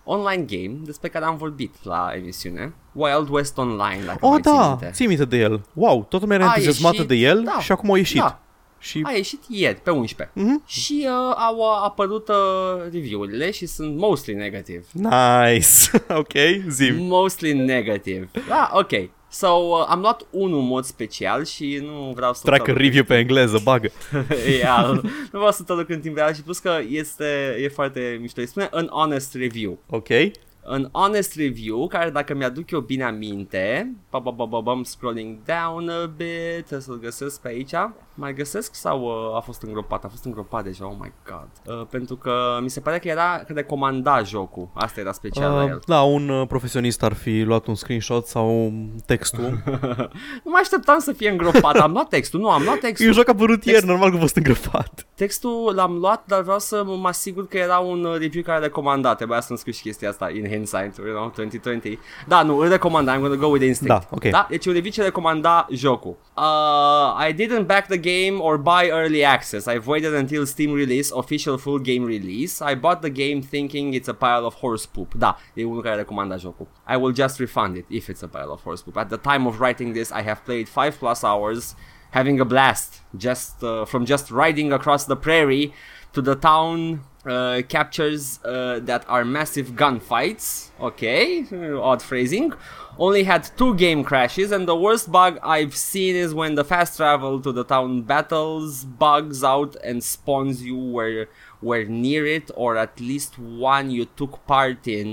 online game despre care am vorbit la emisiune, Wild West Online, dacă
O,
mai ții
da,
minte.
ții minte de el. Wow, toată lumea era
A
entuziasmată
ieșit,
de el
da,
și acum a ieșit.
Da,
Și
a ieșit ieri, pe 11.
Mhm.
Și uh, au uh, apărut uh, review-urile și sunt mostly negative.
nice. ok, zim.
Mostly negative. Da, ok. So, uh, am luat unul în mod special și nu vreau să...
Tracă review pe engleză, bagă.
Ia, nu vreau să traduc în timp real și plus că este, e foarte mișto. Îi spune un honest review.
Ok.
Un honest review care dacă mi-aduc eu bine aminte, ba ba ba ba ba, I'm scrolling down a bit, trebuie să-l găsesc pe aici. Mai găsesc sau uh, a fost îngropat? A fost îngropat deja, oh my god. Uh, pentru că mi se pare că era că recomanda jocul, asta era special la
Uh,
el.
da, un uh, profesionist ar fi luat un screenshot sau textul.
Nu mă așteptam să fie îngropat, am luat textul, nu, am luat
e un
textul.
joc apărut ieri, normal că a fost îngrăpat.
Textul l-am luat, dar vreau să mă asigur că era un uh, review care recomanda. Trebuia să-mi scriu și chestia asta in hindsight, you know, 2020. Da, nu, îl recomanda, I'm gonna go with instinct.
Da, ok.
Da? Deci e un review ce recomanda jocul. Uh, I didn't back the game or buy early access. I waited until Steam release, official full game release. I bought the game thinking it's a pile of horse poop. Da, e unul care recomanda jocul. I will just refund it if it's a pile of horse poop. At the time of writing this, I have played 5 plus hours having a blast just uh, from just riding across the prairie to the town uh, captures uh, that are massive gunfights. Okay, uh, odd phrasing. Only had two game crashes, and the worst bug I've seen is when the fast travel to the town battles bugs out and spawns you where were near it, or at least one you took part in.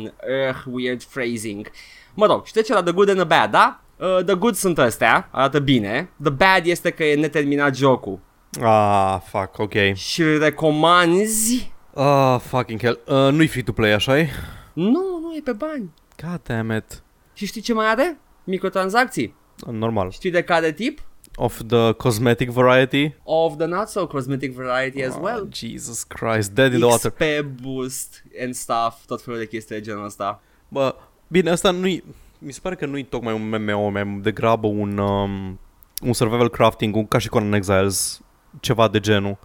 Ugh, weird phrasing. Mă rog, știi ce la The Good and the Bad, da? Uh, the Good sunt astea, arată bine. The Bad este că e neterminat jocul.
Ah, fuck, ok.
Și recomanzi
Ah, fucking hell. Uh, nu-i free-to-play, așa -i?
Nu, nu e pe bani.
God damn it.
Și știi ce mai are? Microtransacții.
Normal.
Știi de care tip?
Of the cosmetic variety?
Of the not so cosmetic variety as
Ah,
well.
Jesus Christ, dead in the water.
XP boost and stuff, tot felul de chestii de genul ăsta.
Bă, bine, asta nu-i... Mi se pare că nu-i tocmai un MMO, mai degrabă un, um, un survival crafting, un, ca și Conan Exiles, ceva de genul.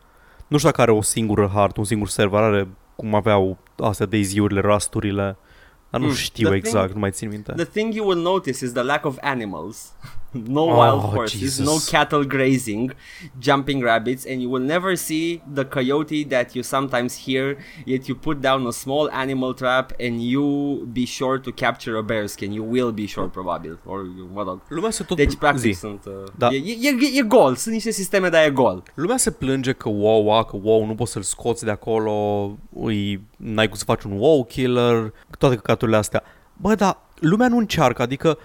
Nu știu dacă are o singură hartă, un singur server, are cum aveau astea Daisy-urile, rasturile, dar nu
Mm,
știu
the
exact,
thing-
nu mai țin minte.
The thing you will notice is the lack of animals. No
Oh,
wild horses, no
Jesus.
cattle grazing, jumping rabbits, and you will never see the coyote that you sometimes hear, yet you put down a small animal trap and you be sure to capture a bear skin. You will be sure, probabil. Or, you- mă rog,
Lumea se tot
Deci, practic,
zi.
sunt... Uh,
Da.
da. e, e, e, e gol. Sunt niște sisteme, dar e gol.
Lumea se plânge că wow, a, că wow, nu poți să-l scoți de acolo, îi, n-ai cum să faci un wow killer, toate căcaturile astea. Bă, dar lumea nu încearcă, adică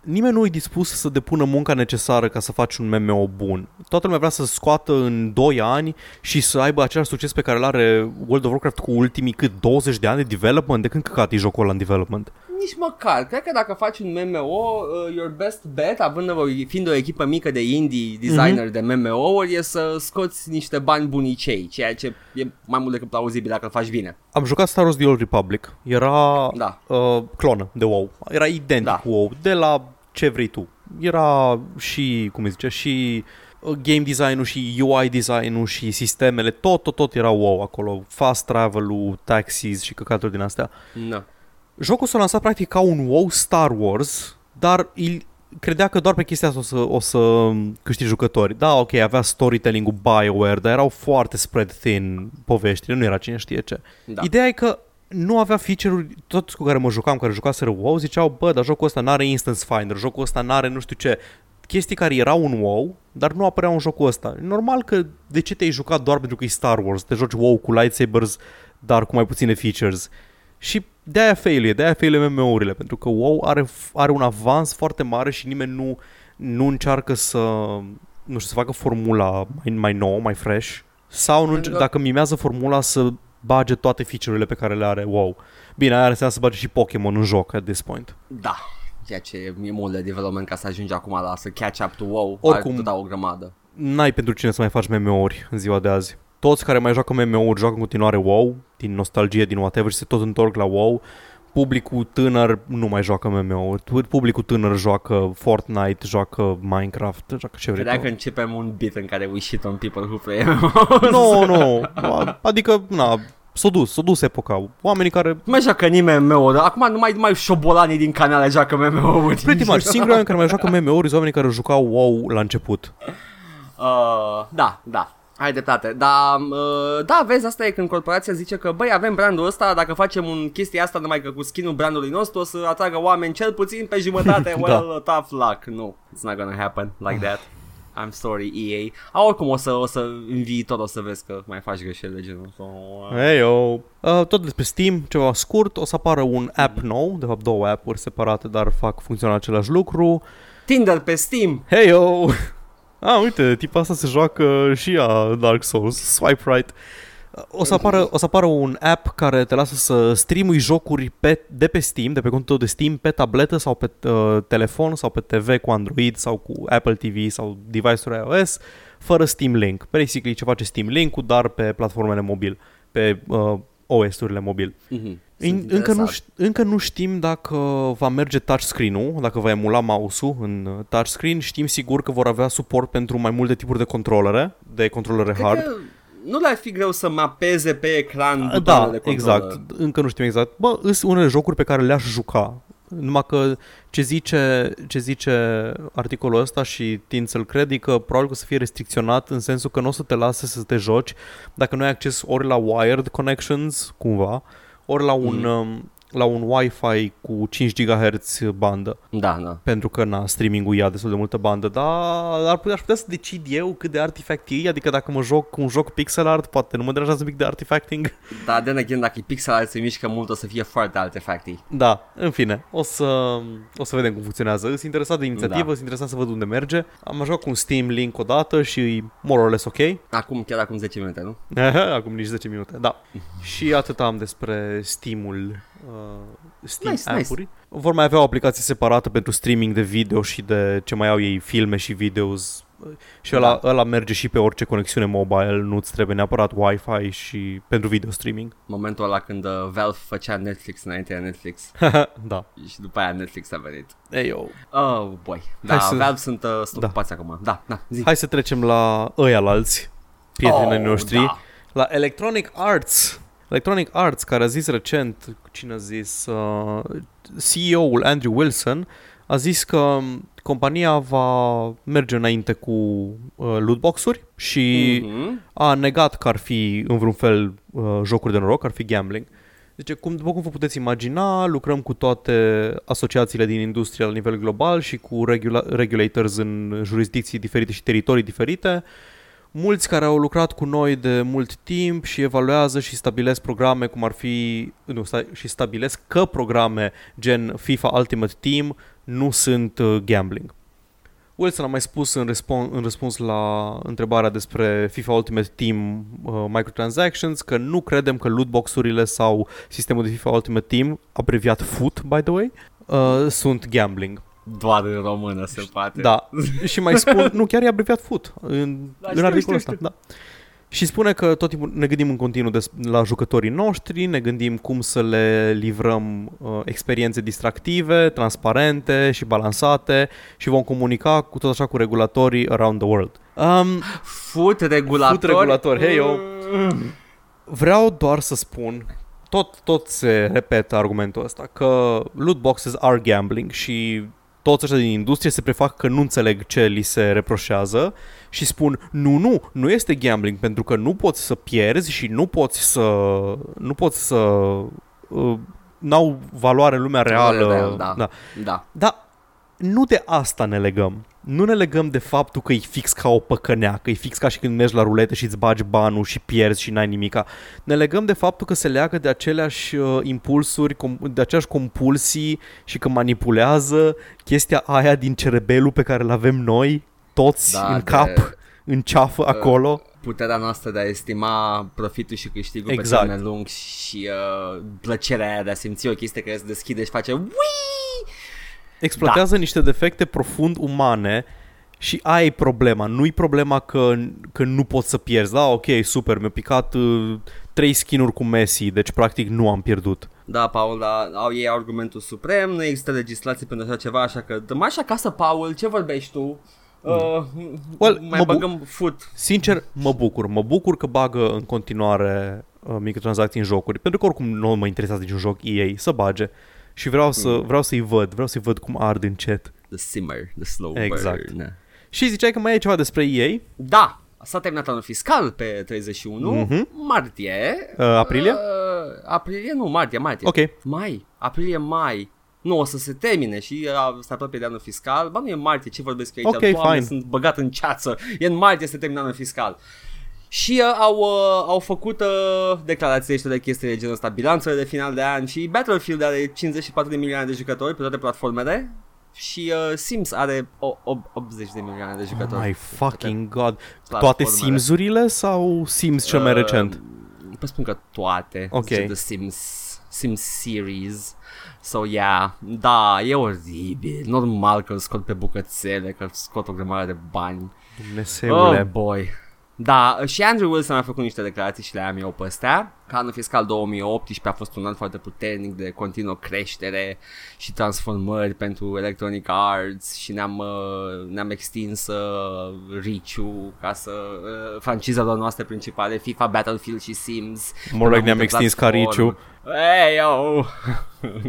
nimeni nu e dispus să depună munca necesară ca să faci un MMO bun. Toată lumea vrea să scoată în 2 ani și să aibă același succes pe care îl are World of Warcraft cu ultimii cât 20 de ani de development, de când căcat e jocul ăla în development.
Nici măcar. Cred că dacă faci un MMO, uh, your best bet, având o, fiind o echipă mică de indie designer
Mhm.
mm-hmm. de MMO-uri, e să scoți niște bani bunicei, ceea ce e mai mult decât plauzibil dacă îl faci bine.
Am jucat Star Wars The Old Republic. Era
Da.
uh, clonă de WoW. Era identic da.
Da.
cu WoW, de la ce vrei tu. Era și, cum îi zice, și uh, game design-ul și UI design-ul și sistemele, tot, tot, tot era WoW acolo. Fast travel-ul, taxis și căcaturi din astea.
No.
Jocul s-a lansat practic ca un WoW Star Wars, dar il credea că doar pe chestia asta o să, o să câștigi jucători. Da, ok, avea storytelling-ul BioWare, dar erau foarte spread thin poveștile, nu era cine știe ce. Da.
Da.
Ideea e că nu avea feature-uri, toți cu care mă jucam, care jucaseră WoW, ziceau, bă, dar jocul ăsta n-are Instance Finder, jocul ăsta n-are nu știu ce. Chestii care erau un WoW, dar nu apăreau în jocul ăsta. Normal că de ce te-ai jucat doar pentru că e Star Wars, te joci WoW cu lightsabers, dar cu mai puține features. Și de-aia fail e, de-aia fail MMO-urile, pentru că WoW are, are un avans foarte mare și nimeni nu, nu încearcă să, nu știu, să facă formula mai, mai nouă, mai fresh, sau nu,
Pentru
înce-
că-
dacă mimează formula să bage toate feature-urile pe care le are WoW. Bine, aia ar înseamnă să bage și Pokémon în joc at this point.
Da. Ceea ce e mult de development ca să ajungi acum la să catch up to WoW.
Oricum-
Oricum. Ar da o grămadă.
N-ai pentru cine să mai faci MMO-uri în ziua de azi. Toți care mai joacă MMO-uri joacă în continuare WoW, din nostalgie, din whatever, și se tot întorc la WoW. Publicul tânăr nu mai joacă MMO-uri. Tu- Publicul tânăr joacă Fortnite, joacă Minecraft, joacă ce vrei.
Credea
tu.
că începem un bit în care we shit on people who play
Nu, nu. Adică, na, s-a dus, s-a dus epoca. Oamenii care
Nu mai joacă nimeni MMO, dar acum nu mai, numai șobolanii din canale joacă MMO-uri.
Pretty much, singurii oameni care mai joacă MMO-uri sunt oamenii care jucau WoW la început.
Uh, da, da. Ai dreptate, dar uh, da, vezi, asta e când corporația zice că băi, avem brandul ăsta, dacă facem un chestia asta numai că cu skinul brandului nostru o să atragă oameni cel puțin pe jumătate,
Da.
well, uh, tough luck, nu, it's not gonna happen like that. I'm sorry, EA. A, oricum o să, o să, în viitor o să vezi că mai faci greșeli de genul ăsta.
Hey, yo. Uh, tot despre Steam, ceva scurt, o să apară un app nou, de fapt două app-uri separate, dar fac funcționa același lucru.
Tinder pe Steam!
Hey, yo! Ah, uite, tipa asta se joacă și a Dark Souls, swipe right. Uh, O să, apară, o să apară un app care te lasă să streamui jocuri pe, de pe Steam, de pe contul tău de Steam, pe tabletă sau pe uh, telefon sau pe TV cu Android sau cu Apple TV sau device-uri iOS fără Steam Link. Basically ce face Steam Link-ul, dar pe platformele mobil, pe uh, OS-urile mobil.
Mhm. Sunt
In, încă, nu,
interesat.
ș- încă nu știm dacă va merge touchscreen-ul, dacă va emula mouse-ul în uh, touchscreen. Știm sigur că vor avea suport pentru mai multe tipuri de controlere, de controlere
Cred
hard.
că nu le-ar fi greu să mapeze pe ecran
da,
butoanele de control. da.
exact. Încă nu știm exact. Bă, sunt unele jocuri pe care le-aș juca Numai că ce zice, ce zice articolul ăsta și tind să-l cred e că probabil că o să fie restricționat în sensul că nu o să te lase să te joci dacă nu ai acces ori la wired connections, cumva, ori la un,
Mhm.
um, la un Wi-Fi cu 5 GHz bandă
Da, da.
pentru că na, streaming-ul ia destul de multă bandă, dar ar putea, aș putea să decid eu cât de artifact e, adică dacă mă joc un joc pixel art, poate nu mă deranjează un pic de artifacting.
Dar then again, dacă e pixel art se mișcă mult, o să fie foarte artefactii.
Da, în fine, o să, o să vedem cum funcționează. Sunt interesat de inițiativă,
Da.
sunt interesat să văd unde merge. Am mai jucat cu un Steam Link odată și e more or less ok.
Acum, chiar acum 10 minute, nu?
Acum nici 10 minute, da. și atât am despre Steam-ul, uh, Steam
Nice, nice.
app-uri. Vor mai avea o aplicație separată pentru streaming de video și de ce mai au ei filme și videos. Și ăla,
Da.
ăla merge și pe orice conexiune mobile, nu-ți trebuie neapărat Wi-Fi și pentru video streaming.
Momentul ăla când uh, Valve făcea Netflix înainte de Netflix
da.
și după aia Netflix a venit.
Ei, eu.
Oh, boy. Da,
Hai să-
Valve sunt, uh, sunt
Da.
ocupați acum. Da, da, zi.
Hai să trecem la ăia la alți prietenii
Oh,
noștri,
da.
la Electronic Arts. Electronic Arts, care a zis recent, cine a zis, uh, CEO-ul Andrew Wilson, a zis că compania va merge înainte cu uh, lootbox-uri și
Mhm.
a negat că ar fi în vreun fel uh, jocuri de noroc, ar fi gambling. Zice, cum, după cum vă puteți imagina, lucrăm cu toate asociațiile din industrie la nivel global și cu regula- regulators în jurisdicții diferite și teritorii diferite. Mulți care au lucrat cu noi de mult timp și evaluează și stabilesc programe cum ar fi, nu, stai, și stabilesc că programe gen FIFA Ultimate Team nu sunt uh, gambling. Wilson a mai spus în, răspun, în răspuns la întrebarea despre FIFA Ultimate Team uh, microtransactions că nu credem că lootbox-urile sau sistemul de FIFA Ultimate Team, abreviat FUT, by the way, uh, sunt gambling.
Doar în română se poate.
Da. și mai spun, nu, chiar e abreviat FUT în,
Da,
în
știu,
articolul
știu,
ăsta. Da. Și spune că tot timpul ne gândim în continuu des- la jucătorii noștri, ne gândim cum să le livrăm uh, experiențe distractive, transparente și balansate și vom comunica cu tot așa cu regulatorii around the world. Um,
Food regulator.
Food regulator, hey, yo. vreau doar să spun, tot, tot se repetă argumentul ăsta, că loot boxes are gambling și toți ăștia din industrie se prefac că nu înțeleg ce li se reproșează și spun nu, nu, nu este gambling pentru că nu poți să pierzi și nu poți să nu poți să uh, n-au valoare în lumea
Valoare
reală.
reală, da. Da.
Dar nu de asta ne legăm. Nu ne legăm de faptul că e fix ca o păcănea, că e fix ca și când mergi la ruletă și îți bagi banul și pierzi și n-ai nimica. Ne legăm de faptul că se leagă de aceleași uh, impulsuri, com- de aceeași compulsii și că manipulează chestia aia din cerebelul pe care îl avem noi, toți,
Da,
da, în
de- uh,
cap, în ceafă, acolo.
Puterea noastră de a estima profitul și câștigul
Exact.
pe termen lung și uh, plăcerea aia de a simți o chestie care se deschide și face Wii!
exploatează da. niște defecte profund umane și ai problema. Nu-i problema că, că nu poți să pierzi. Da, ok, super, mi-a picat uh, trei skin-uri cu Messi, deci practic nu am pierdut.
Da, Paul, da, au ei argumentul suprem, nu există legislație pentru așa ceva, așa că dă așa acasă, Paul, ce vorbești tu? Uh,
Well,
mai
mă bu-
băgăm foot.
Sincer, mă bucur. Mă bucur că bagă în continuare uh, microtransacții în jocuri, pentru că oricum nu mă interesează niciun joc EA să bage. Și vreau, să,
Mm.
vreau să-i văd, vreau să-i văd cum ard încet.
The simmer, the slow
Exact.
burn.
Și ziceai că mai e ceva despre EA,
Da, s-a terminat anul fiscal pe 31 martie.
Mhm. Uh, aprilie?
Uh, aprilie nu, martie, martie.
Ok.
Mai, aprilie, mai. Nu, o să se termine și uh, se apropie de anul fiscal. Ba nu e martie, ce vorbesc eu aici?
Ok,
Doamne,
fine.
sunt băgat în ceață. E în martie se termină anul fiscal. Și uh, au, uh, au făcut uh, declarații ăștia de chestii de genul ăsta, bilanțele de final de an și Battlefield are 54 de milioane de jucători pe toate platformele și uh, Sims are o, o, 80 de milioane de jucători.
My fucking god. Toate
platformele.
Sims-urile sau Sims cel mai
Da. Uh,
recent?
Păi spun că toate.
Ok.
Zice The Sims, Sims series. So, yeah, da, e oribil. Normal că îl scot pe bucățele, că îl scot o grămadă de bani.
Dumnezeule.
Oh, boy. Da, și Andrew Wilson a făcut niște declarații și le-am eu pe astea. Ca anul fiscal 2018 a fost un an foarte puternic de continuă creștere și transformări pentru Electronic Arts și ne-am, uh, ne-am extins uh, reach-ul ca să uh, franciza noastră principale FIFA, Battlefield și Sims.
Mă
Pe mai
rog, ne-am
multe
extins ca
platforme.
riciu.
Hey, yo!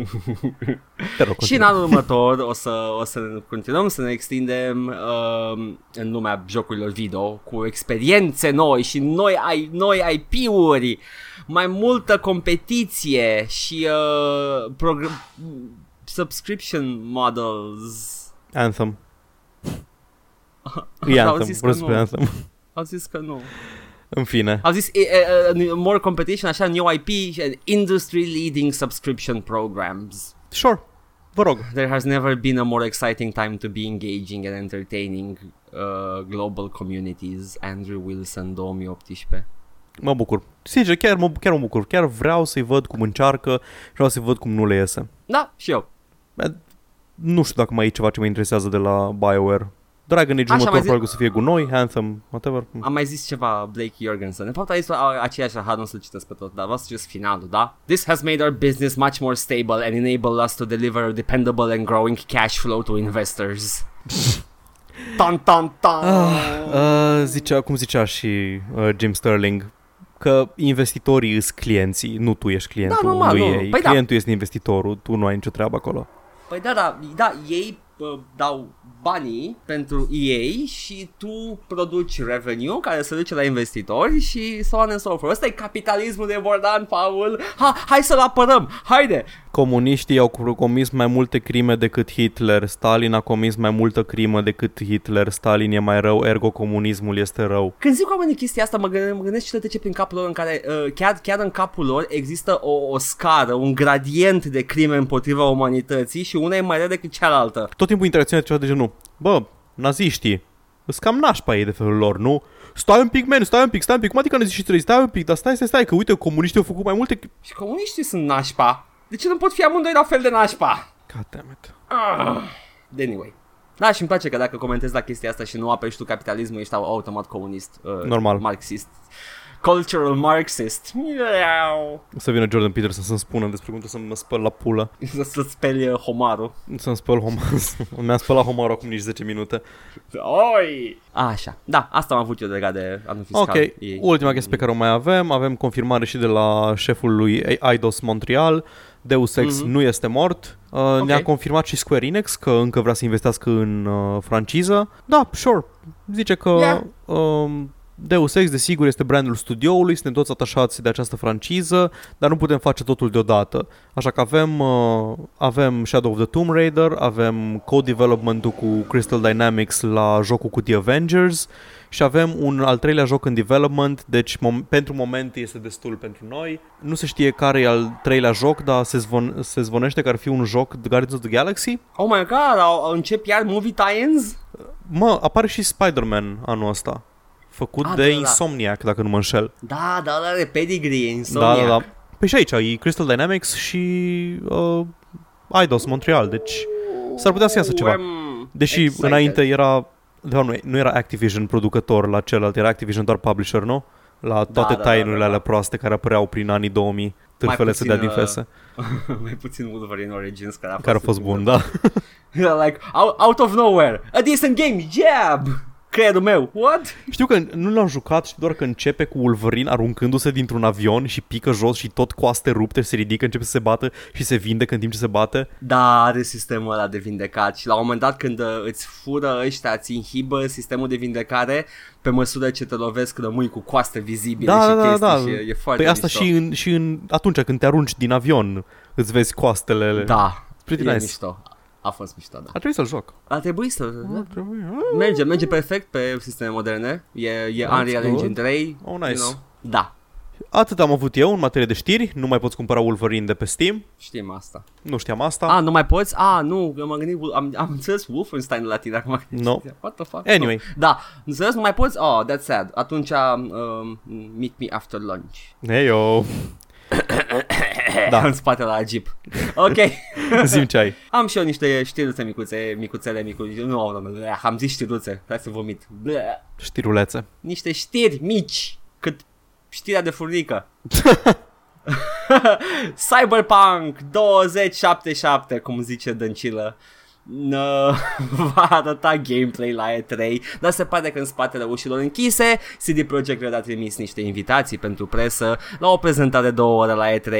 Te rog,
Și în
continuă.
anul următor o să, o să continuăm să ne extindem um, în lumea jocurilor video cu experiențe noi și noi, ai, noi IP-uri, mai multă competiție și uh, progr- subscription models.
Anthem. E
Au
Anthem,
zis că
vreau să spun
nu.
Anthem.
Au zis că nu.
În fine.
Au zis uh, uh, more competition, așa, new IP, and industry leading subscription programs.
Sure, vă rog.
There has never been a more exciting time to be engaging and entertaining uh, global communities. Andrew Wilson 2018.
Mă bucur. Sincer, chiar mă, chiar mă bucur. Chiar vreau să-i văd cum încearcă și vreau să-i văd cum nu le iese.
Da, și eu.
Nu știu dacă mai e ceva ce mă interesează de la BioWare. Dragon
Așa,
Age
mai
următor
zi-
probabil că o să fie gunoi, Anthem, whatever.
Am mai zis ceva Blake Jorgensen. De fapt, a zis a- aceeași rahat, nu o să citesc pe tot, dar vreau să citesc finalul, da? This has made our business much more stable and enabled us to deliver a dependable and growing cash flow to investors. tan, tan, tan.
Uh, zicea, cum zicea și uh, Jim Sterling, că investitorii sunt clienții, nu tu ești clientul
Da, normal,
lui
nu.
ei.
Păi da.
clientul este investitorul, tu nu ai nicio treabă acolo.
Păi da, da, da ei uh, dau banii pentru ei și tu produci revenue care se duce la investitori și so on and so forth. Ăsta e capitalismul de Bordan, Paul. Ha, hai să-l apărăm, haide!
Comuniștii au comis mai multe crime decât Hitler, Stalin a comis mai multă crimă decât Hitler, Stalin e mai rău, ergo comunismul este rău.
Când zic oamenii chestia asta, mă gândesc, mă gândesc ce le trece prin capul lor în care, uh, chiar, chiar în capul lor există o, o scară, un gradient de crime împotriva umanității și una e mai rea decât cealaltă.
Tot timpul interacționează ceva de genul, bă, naziștii, îs cam nașpa ei de felul lor, nu? Stai un pic, men, stai un pic, stai un pic, cum adică naziștii trei, stai un pic, dar stai, stai, stai, că uite, comuniștii au făcut mai multe... cri-"
Și comuniștii sunt nașpa. De ce nu pot fi amândoi la fel de nașpa?
God damn it.
Ah. Anyway. Da, și îmi place că dacă comentezi la chestia asta și nu apeși tu capitalismul, ești automat comunist. Uh,
Normal.
Marxist. Cultural Marxist. Miau.
O să vină Jordan Peterson să-mi spună despre cum trebuie să mă spăl la pulă.
Să-ți speli uh, homarul.
Să-mi spăl homas. Mi-am spălat homarul acum nici 10 minute.
Oi! Așa. Da, asta am avut eu de legat de anul fiscal.
Ok, ultima chestie pe care o mai avem, avem confirmare și de la șeful lui Eidos Montreal, Deus Ex nu este mort, uh, ne-a confirmat și Square Enix că încă vrea să investească în uh, franciză. Da, sure, zice că
Yeah.
um, Deus Ex desigur este brandul studioului, suntem toți atașați de această franciză, dar nu putem face totul deodată. Așa că avem, uh, avem Shadow of the Tomb Raider, avem co-development-ul cu Crystal Dynamics la jocul cu The Avengers și avem un al treilea joc în development, deci mom- pentru moment este destul pentru noi. Nu se știe care e al treilea joc, dar se, zvon- se zvonește că ar fi un joc de Guardians of the Galaxy.
Oh my god, au, au încep iar movie tie-ins?
Mă, apare și Spider-Man anul ăsta, făcut
Ah,
de
da, da.
Insomniac, dacă nu mă înșel.
Da, da, da, de pedigree,
Da,
insomniac.
da, da. Păi și aici e Crystal Dynamics și uh, Eidos Montreal, deci s-ar putea să iasă ceva.
Uem, Exact.
Deși
excited.
înainte era, de fapt, nu, nu era Activision producător la celălalt, era Activision doar publisher, nu? La toate
da, da,
tainurile
da, da.
alea proaste care apăreau prin anii 2000, târfele să
puțin,
dea din
uh,
fese,
Mai puțin Wolverine Origins care a fost,
care a fost bun, da.
like, out, out of nowhere. Adică A decent game, jab! Creierul meu, what?
Știu că nu l-am jucat, știu doar că începe cu Wolverine aruncându-se dintr-un avion și pică jos și tot coaste rupte se ridică, începe să se bată și se vindecă în timp ce se bate.
Da, are sistemul ăla de vindecat și la un moment dat când uh, îți fură ăștia, îți inhibă sistemul de vindecare pe măsură ce te lovesc rămâi cu coaste vizibile
Da,
și chestii și e, e foarte
păi asta
mișto.
și în, și în, atunci când te arunci din avion îți vezi coastele.
Da,
Pretty
e
nice.
mișto. A fost mișto, da.
Ar trebui să-l joc.
Ar trebui să... Merge, merge perfect pe sisteme moderne. E, e Unreal
good.
Engine 3.
Oh, nice.
Da,
Atât am avut eu în materie de știri, nu mai poți cumpăra Wolverine de pe Steam,
știm asta.
nu știam asta.
A, nu mai poți? A, nu, eu m-am gândit, am, am înțeles Wolfenstein la tine acum.
No.
What the fuck?
Anyway.
Nu. Da, înțeles, nu mai poți? Oh, that's sad. Atunci, um, meet me after lunch.
Hey, yo.
Da.
Da.
În spate la jeep. Ok.
Zim ce ai.
Am și eu niște știruțe micuțe, micuțele, micuțe. Nu, nu, nu, am zis știruțe. Hai să vomit. Bleh.
Știrulețe.
Niște știri mici. Cât știrea de furnică. Cyberpunk 2077, cum zice Dăncilă. Nă, va arăta gameplay la E3, dar se pare că în spatele ușilor închise, CD Projekt Red a trimis niște invitații pentru presă la o prezentare de două ore la E3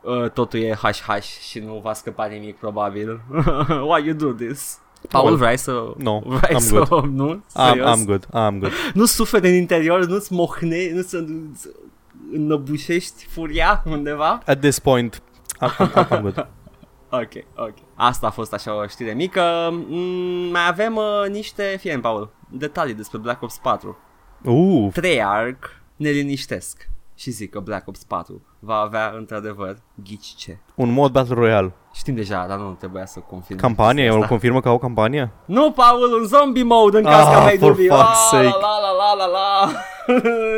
uh, totul e hash-hash și nu va scăpa nimic probabil. Why you do this? Paul,
Well,
vrei să...
no,
vrei
I'm
să... Nu?
I'm,
Serios?
I'm good, I'm good.
Nu suferi în interior, nu-ți mohne, nu să nu-ți înnăbușești furia undeva?
At this point, I'm, I'm, I'm, I'm good.
Ok, ok. Asta a fost așa o știre mică. Mm, mai avem uh, niște, fie Paul, detalii despre Black Ops 4.
Uh,
Treyarch ne liniștesc și zic că Black Ops 4 va avea într-adevăr ghici ce.
un mod Battle Royale.
Știm deja, dar nu trebuia să confirm.
Campanie,
chestia
o
asta.
confirmă că au campanie?
Nu, Paul, un zombie mode în caz că
Ah,
aveai
for
dubii. La,
fuck's
la,
sake.
la, la, la, la, la.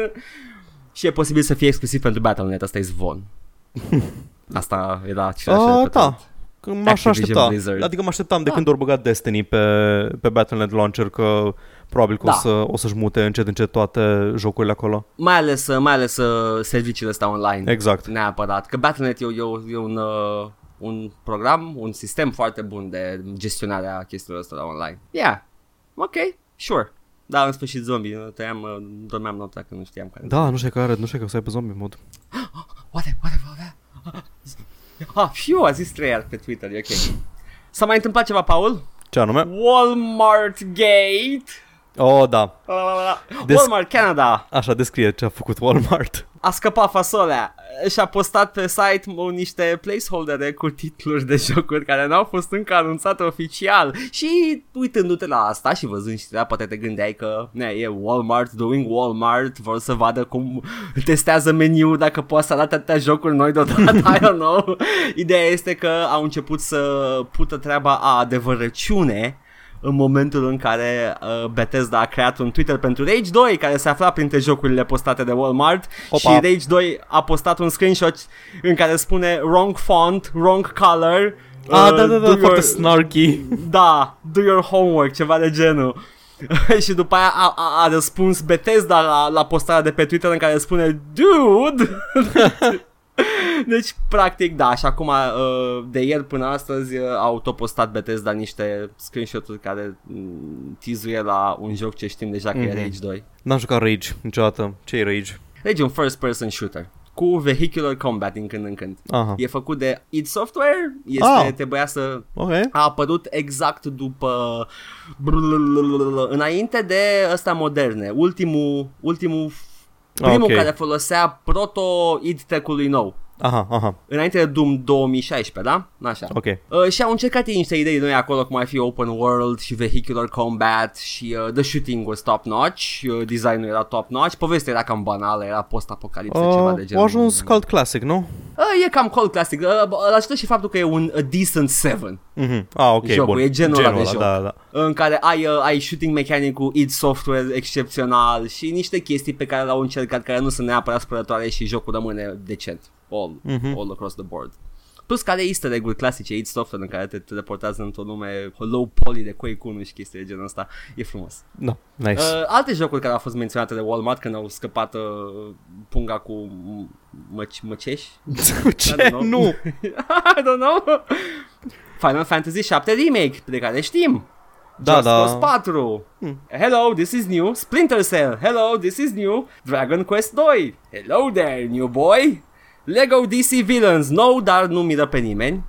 și e posibil să fie exclusiv pentru Battle.net, asta e zvon. Asta era ceea ce
Ah,
repetat.
da. Că M-aș
Activision
aștepta.
Blizzard.
Adică mă așteptam de când au băgat Destiny pe, pe Battle.net Launcher că probabil că
Da.
o, să, o să-și mute încet încet toate jocurile acolo.
Mai ales, mai ales uh, serviciile astea online.
Exact.
Neapărat. Că Battle.net e, e, e un, uh, un program, un sistem foarte bun de gestionare a chestiilor astea online. Yeah. Ok, sure. Da, în sfârșit zombie, eu tăiam, uh, dormeam noaptea că nu știam care.
Da, nu știu că are, nu știu că o să aibă zombie mod.
Oare, oare va avea? Ah, fiu, a zis trei pe Twitter, e ok. S-a mai întâmplat ceva, Paul?
Ce anume?
Walmart Gate.
Oh, da.
La, la, la, la.
Des-
Walmart Canada.
Așa descrie ce a făcut Walmart.
a scăpat fasolea și a postat pe site uh, niște placeholdere cu titluri de jocuri care n-au fost încă anunțate oficial și uitându-te la asta și văzând știrea poate te gândeai că ne, e Walmart doing Walmart vor să vadă cum testează meniul dacă poate să arate atâtea jocuri noi deodată, I don't know. Ideea este că au început să pută treaba a adevărăciune în momentul în care uh, Bethesda a creat un Twitter pentru Rage 2 care se afla printre jocurile postate de Walmart
Opa.
și Rage 2 a postat un screenshot în care spune wrong font, wrong color
Ah,
uh,
da, da,
do
da,
your-
foarte snarky.
da, do your homework, ceva de genul. și după aia a, a, a răspuns Bethesda la, la postarea de pe Twitter în care spune Dude! deci, practic, da, și acum uh, de ieri până astăzi uh, au tot postat Bethesda niște screenshot-uri care mm, tizuie la un joc ce știm deja că mm-hmm. e
Mhm.
Rage 2.
N-am jucat Rage niciodată. Ce-i Rage?
Rage e Deci un first-person shooter cu vehicular combat din când în când.
Aha.
E făcut de id Software, este,
Ah.
trebuia să
Ok.
a apărut exact după blulululul, înainte de ăsta moderne, ultimul ultimul primul
Ah, Ok.
okay. care folosea proto id tech-ului nou.
Aha, aha.
Înainte de Doom 2016, da? Așa.
Ok.
Uh, și au încercat ei niște idei noi acolo, cum ar fi open world și vehicular combat și uh, the shooting was top notch, uh, designul era top notch, povestea era cam banală, era post-apocalipsă, ceva de
Uh,
genul.
a ajuns cult classic, nu?
Uh, e cam cold classic, uh, îl ajută și faptul că e un a decent 7.
Mhm. Ah, ok,
Jocul,
bun.
e genul ăla de joc.
Da, da.
în care ai, uh, ai shooting mechanic cu id software excepțional și niște chestii pe care le-au încercat care nu sunt neapărat spărătoare și jocul rămâne decent all,
Mhm.
all across the board. Plus care easter egg-uri clasice, id software în care te teleportează într-o lume low poly de Quake 1 și chestii de genul ăsta. E frumos.
Da, nice.
Uh, alte jocuri care au fost menționate de Walmart când au scăpat uh, punga cu m- măci- măceși,
Ce?
know.
Nu!
I don't know. Final Fantasy 7 Remake, de care știm.
Da, Hmm.
Just
da.
Cause 4. Hello, this is new. Splinter Cell. Hello, this is new. Dragon Quest 2. Hello there, new boy. Lego DC Villains. No, dar nu miră pe nimeni.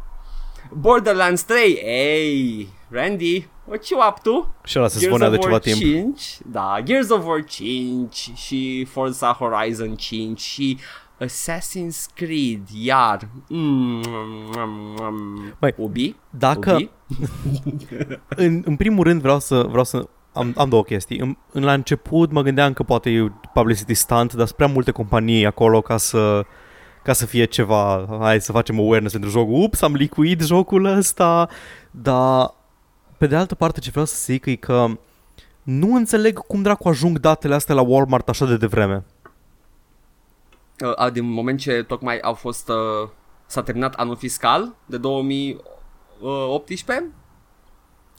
Borderlands 3. Hey, Randy, what you up to?
Și ăla se spunea de
War
ceva timp.
5, da, Gears of War 5 și Forza Horizon 5 și Assassin's Creed, iar. Mm, mm, mm,
Băi,
Ubi?
dacă-
Ubi?
În, în primul rând vreau să, vreau să am, am două chestii. În, în, la început mă gândeam că poate e publicity stunt, dar sunt prea multe companii acolo ca să ca să fie ceva, hai să facem awareness pentru jocul. Ups, am licuit jocul ăsta, dar pe de altă parte ce vreau să zic e că nu înțeleg cum dracu ajung datele astea la Walmart așa de devreme.
Uh, a, Din moment ce tocmai au fost, uh, s-a terminat anul fiscal de 2018,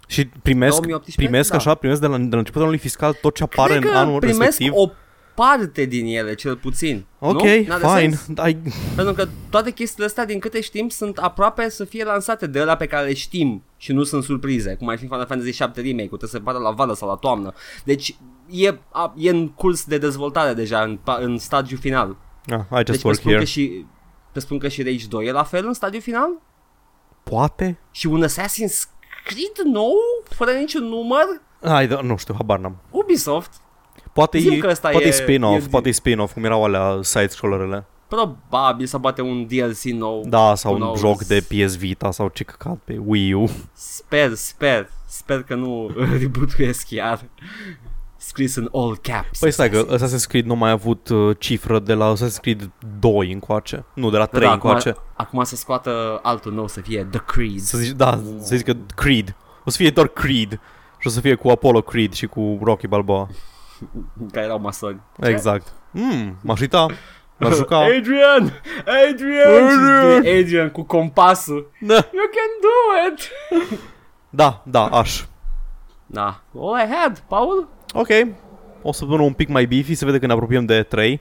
Și primesc,
2018?
primesc
Da.
așa, primesc de la, de la începutul anului fiscal tot ce apare
cred
în
că
anul
primesc
respectiv.
o parte din ele, cel puțin.
Ok,
nu? N-are
fine.
sens?
Ai...
Pentru că toate chestiile astea, din câte știm, sunt aproape să fie lansate de la pe care le știm și nu sunt surprize, cum ar fi Final Fantasy VII Remake, trebuie să pară la vară sau la toamnă. Deci e, a, e în curs de dezvoltare deja, în, pa- în stadiu final.
Ah, I just
deci
work
presupun
here.
că și presupun că și Rage 2 e la fel în stadiu final?
Poate?
Și un Assassin's Creed nou? Fără niciun număr?
Hai, da, nu știu, habar n-am.
Ubisoft?
Poate
Zim
e,
că ăsta
poate e
e-
spin-off,
e-
poate e spin-off, cum erau alea side-scrollerele.
Probabil să poate un DLC nou.
Da, sau
Who
un
knows?
joc de PS Vita sau ce căcat pe Wii U.
Sper, sper, sper că nu rebootuiesc chiar. Scris în all caps. Da,
Păi stai că Assassin's Creed nu mai a avut uh, cifră de la Assassin's Creed 2 încoace. Nu, de la 3
da,
încoace.
acum, acum să scoată altul nou să fie The Creed.
Să zici, da, să zici că Creed. O să fie doar Creed. Și o să fie cu Apollo Creed și cu Rocky Balboa.
Care erau masoni.
Exact. Mm, m-aș uita, m-aș juca.
Adrian! Adrian!
Adrian!
Adrian! Adrian cu compasul.
Da,
You can do it!
da, da, aș.
Da. All I had, Paul?
Ok, o să pun un pic mai beefy, se vede că ne apropiem de 3.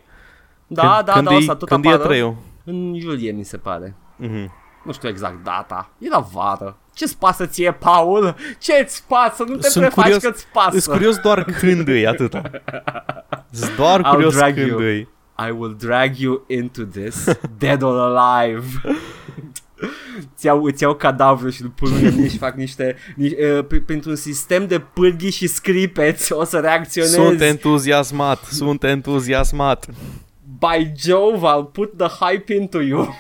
Da, da, da,
e,
o să tot
când
apară.
e 3
În iulie, mi se pare.
mm-hmm.
Nu știu exact data. E la vară. Ce-ți pasă ție, Paul? Ce-ți pasă? Nu te
Sunt
prefaci
curios-
că-ți pasă.
Sunt curios doar când e, atâta. Sunt doar
I'll
curios
drag
când
you.
e.
I will drag you into this, dead or alive. Îți iau, îți iau cadavru și îl pun în mine și fac niște, ni, uh, pr- printr-un sistem de pârghii și scripeți o să reacționezi.
Sunt entuziasmat, sunt entuziasmat.
By Jove, I'll put the hype into you.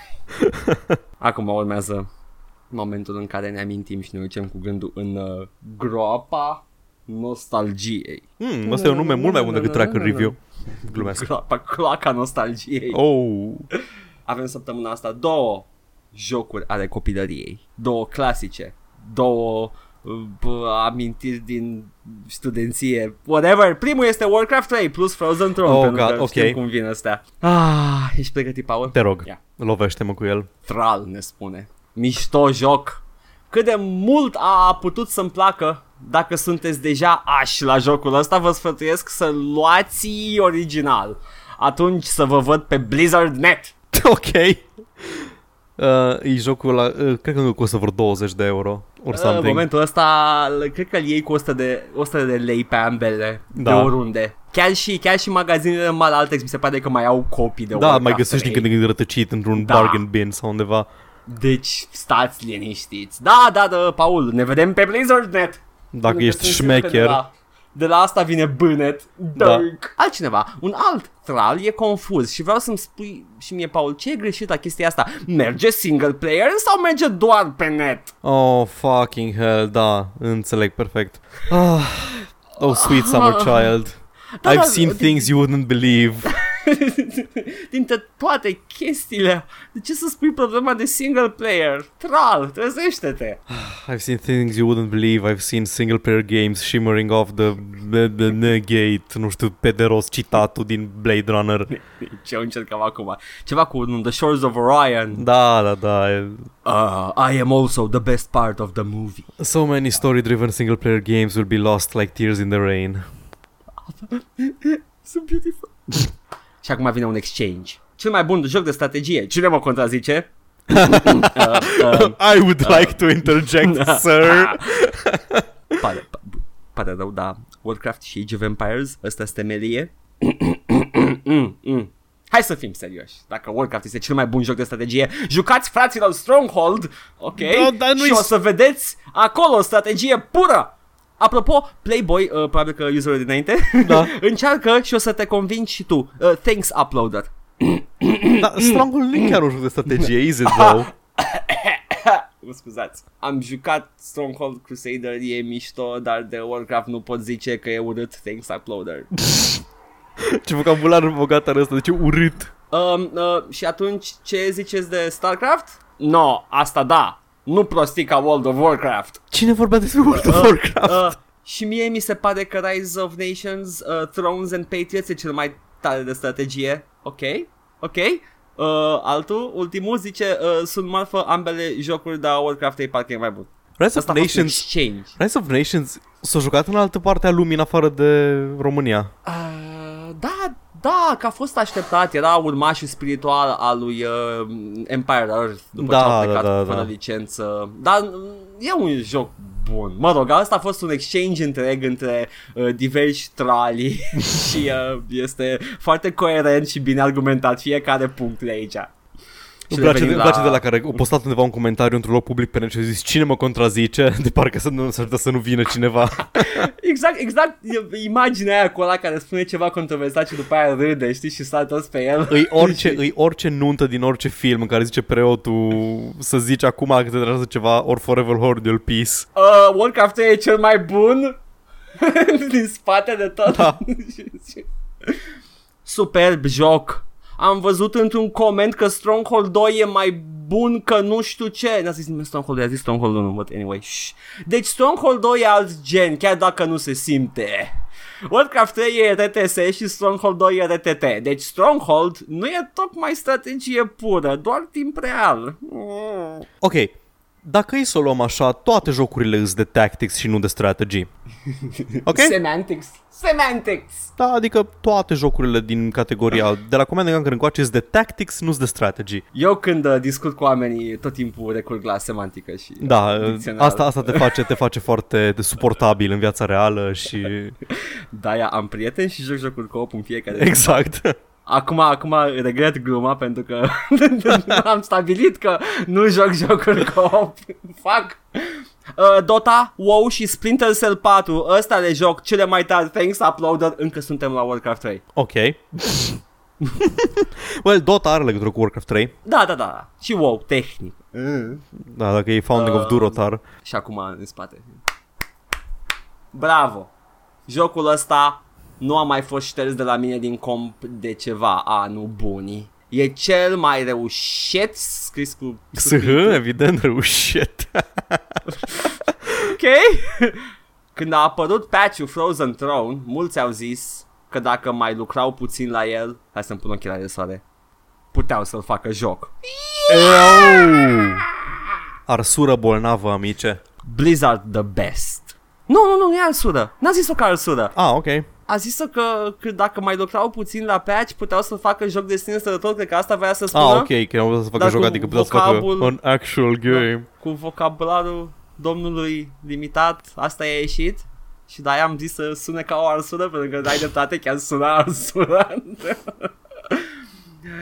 Acum urmează momentul în care ne amintim și ne ducem cu gândul în uh, groapa nostalgiei.
Hmm, asta e un nume mult mai bun decât track în review. Glumesc.
Groapa, cloaca nostalgiei.
Oh,
Avem săptămâna asta două jocuri ale copilăriei, două clasice, două uh, bă, amintiri din studenție, whatever. Primul este Warcraft 3 plus Frozen Throne,
Oh,
pentru
God,
că
ok.
știm cum vin astea. Ah, ești pregătit, Paul?
te rog,
Ia.
lovește-mă cu el.
Tral ne spune. Mișto joc! Cât de mult a putut să-mi placă dacă sunteți deja ași la jocul ăsta, vă sfătuiesc să luați original. Atunci să vă văd pe Blizzard.net.
Ok. Uh, e jocul ăla, uh, cred că nu costă vreo 20 de euro or
În
something.
Uh, momentul ăsta, l- cred că îl iei cu 100 de, 100 de lei pe ambele,
Da.
da. de oriunde. Chiar și, chiar și magazinele mari Altex mi se pare că mai au copii de
da,
Warcraft
mai găsești
3.
din când în când rătăcit într-un
Da.
bargain bin sau undeva.
Deci stați liniștiți. Da, da, da, Paul, ne vedem pe Blizzard.net.
Dacă
Pentru că
ești
sunt sigur că De
șmecher.
la, de la asta vine bânet.
Da.
Da. Altcineva, un alt tral e confuz și vreau să-mi spui și mie, Paul, ce e greșit la chestia asta? Merge single player sau merge doar pe net?
Oh, fucking hell, da, înțeleg perfect. Ah, oh, sweet summer child.
Ah. Da,
I've
da,
seen
din-
things you wouldn't believe.
Dintre toate chestiile, de ce să spui problema de single player? Tral, trezește-te!
I've seen things you wouldn't believe. I've seen single player games shimmering off the, the, the, the gate. Nu știu, pe de rost citatul din Blade Runner.
Ce încercam acum? Ceva cu un The Shores of Orion.
Da, da, da. e-
Uh, I am also the best part of the movie.
So many story-driven single-player games will be lost like tears in the rain.
Sunt beautiful. Și acum vine un exchange. Cel mai bun joc de strategie. Cine mă contrazice? uh, uh,
Um, I would like to interject, sir.
pare, pa- pare rău, dar Warcraft și Age of Empires, ăsta este temelie. Hai să fim serioși. Dacă Warcraft este cel mai bun joc de strategie, jucați fraților Stronghold, ok?
Da, dar nu-i
și o
s-
să vedeți acolo strategie pură. Apropo, Playboy, uh, probabil că userul dinainte,
Da.
încearcă și o să te convingi și tu. Uh, thanks, uploader.
da, Stronghold nu e chiar un joc de strategie, is it though?
Mă scuzați. Am jucat Stronghold Crusader, e mișto, dar de Warcraft nu pot zice că e urât, thanks uploader.
Ce vocabular bogat are ăsta, de ce urât?
Um, uh, și atunci, ce ziceți de StarCraft? No, asta da. Nu prostii ca World of Warcraft.
Cine vorbea despre World of Warcraft?
Uh, și mie mi se pare că Rise of Nations, uh, Thrones and Patriots e cel mai tare de strategie. Ok, ok. Uh, altul, ultimul, zice, uh, sunt marfă ambele jocuri, dar Warcraft 3 parcă e mai bun.
Rise of
Asta a fost un
Nations...
exchange.
Rise of Nations s-a jucat în altă parte a lumii, în afară de România.
Uh, da, da, că a fost așteptat, era urmașul spiritual al lui uh, Empire Earth după
Da,
ce au plecat
da, da,
fără
da.
licență. Dar mm, e un joc bun. Mă rog, asta a fost un exchange întreg între uh, diversi trali și uh, este foarte coerent și bine argumentat fiecare punct de aici.
Îmi place, de,
revenim
la... place de la care au postat undeva un comentariu într-un loc public pe net și a zis cine mă contrazice, de parcă să nu, s-ar putea să nu vină cineva.
Exact, exact e- imaginea aia cu ăla care spune ceva controversat și după aia râde, știi, și sar toți pe el.
Îi orice, îi orice nuntă din orice film în care zice preotul să zici acum că te deranjează ceva or forever hold your peace.
Uh, Warcraft 3 e cel mai bun din spate de tot.
Da.
Superb joc. Am văzut într-un coment că Stronghold 2 e mai bun că nu știu ce. N-a zis nimeni Stronghold 2, a zis Stronghold 1, but anyway. Shh. Deci Stronghold 2 e alt gen, chiar dacă nu se simte. Warcraft 3 e RTS și Stronghold 2 e RTT. Deci Stronghold nu e tocmai strategie pură, doar timp real. Mm.
Ok, dacă e să o luăm așa, toate jocurile sunt de tactics și nu de strategy. Ok?
Semantics. Semantics.
Da, adică toate jocurile din categoria de la Command Conquer încoace sunt de tactics, nu sunt de strategy.
Eu când uh, discut cu oamenii tot timpul recurg la semantică și uh,
Da,
dicționar.
asta, asta te, face, te face foarte de suportabil în viața reală și...
De-aia Da, am prieteni și joc jocul co-op în fiecare zi.
Exact.
Acum, acum regret gluma pentru că am stabilit că nu joc jocuri co-op. Fac Uh, Dota, WoW și Splinter Cell 4 Ăsta le joc cele mai tari Thanks Uploader Încă suntem la Warcraft 3
Ok. well, Dota are legătură cu Warcraft 3.
Da, da, da da. Și WoW, tehnic
Da, dacă e Founding
Um,
of Durotar.
Și acum în spate. Bravo! Jocul ăsta nu a mai fost șters de la mine din comp de ceva anul bunii. E cel mai reușit scris cu...
SH, evident, reușit.
Ok? Când a apărut patch-ul Frozen Throne, mulți au zis că dacă mai lucrau puțin la el... Hai să-mi pun ochii la de soare. Puteau să-l facă joc.
Eau! Arsură bolnavă, amice.
Blizzard the best. Nu, nu, nu, nu e alsură. N-a zis-o că alsură.
Ah, ok.
a zis că, că dacă mai lucrau puțin la patch puteau să facă joc de sine sănător, cred că asta voia să spună
Ah, ok, că nu putea să
Da.
facă
Dar
joc,
cu
adică putea să facă
vocabul- Da.
un actual game.
cu vocabularul domnului limitat, asta i-a ieșit și de-aia am zis să sune ca o arsură, pentru că ai dreptate, chiar suna arsură.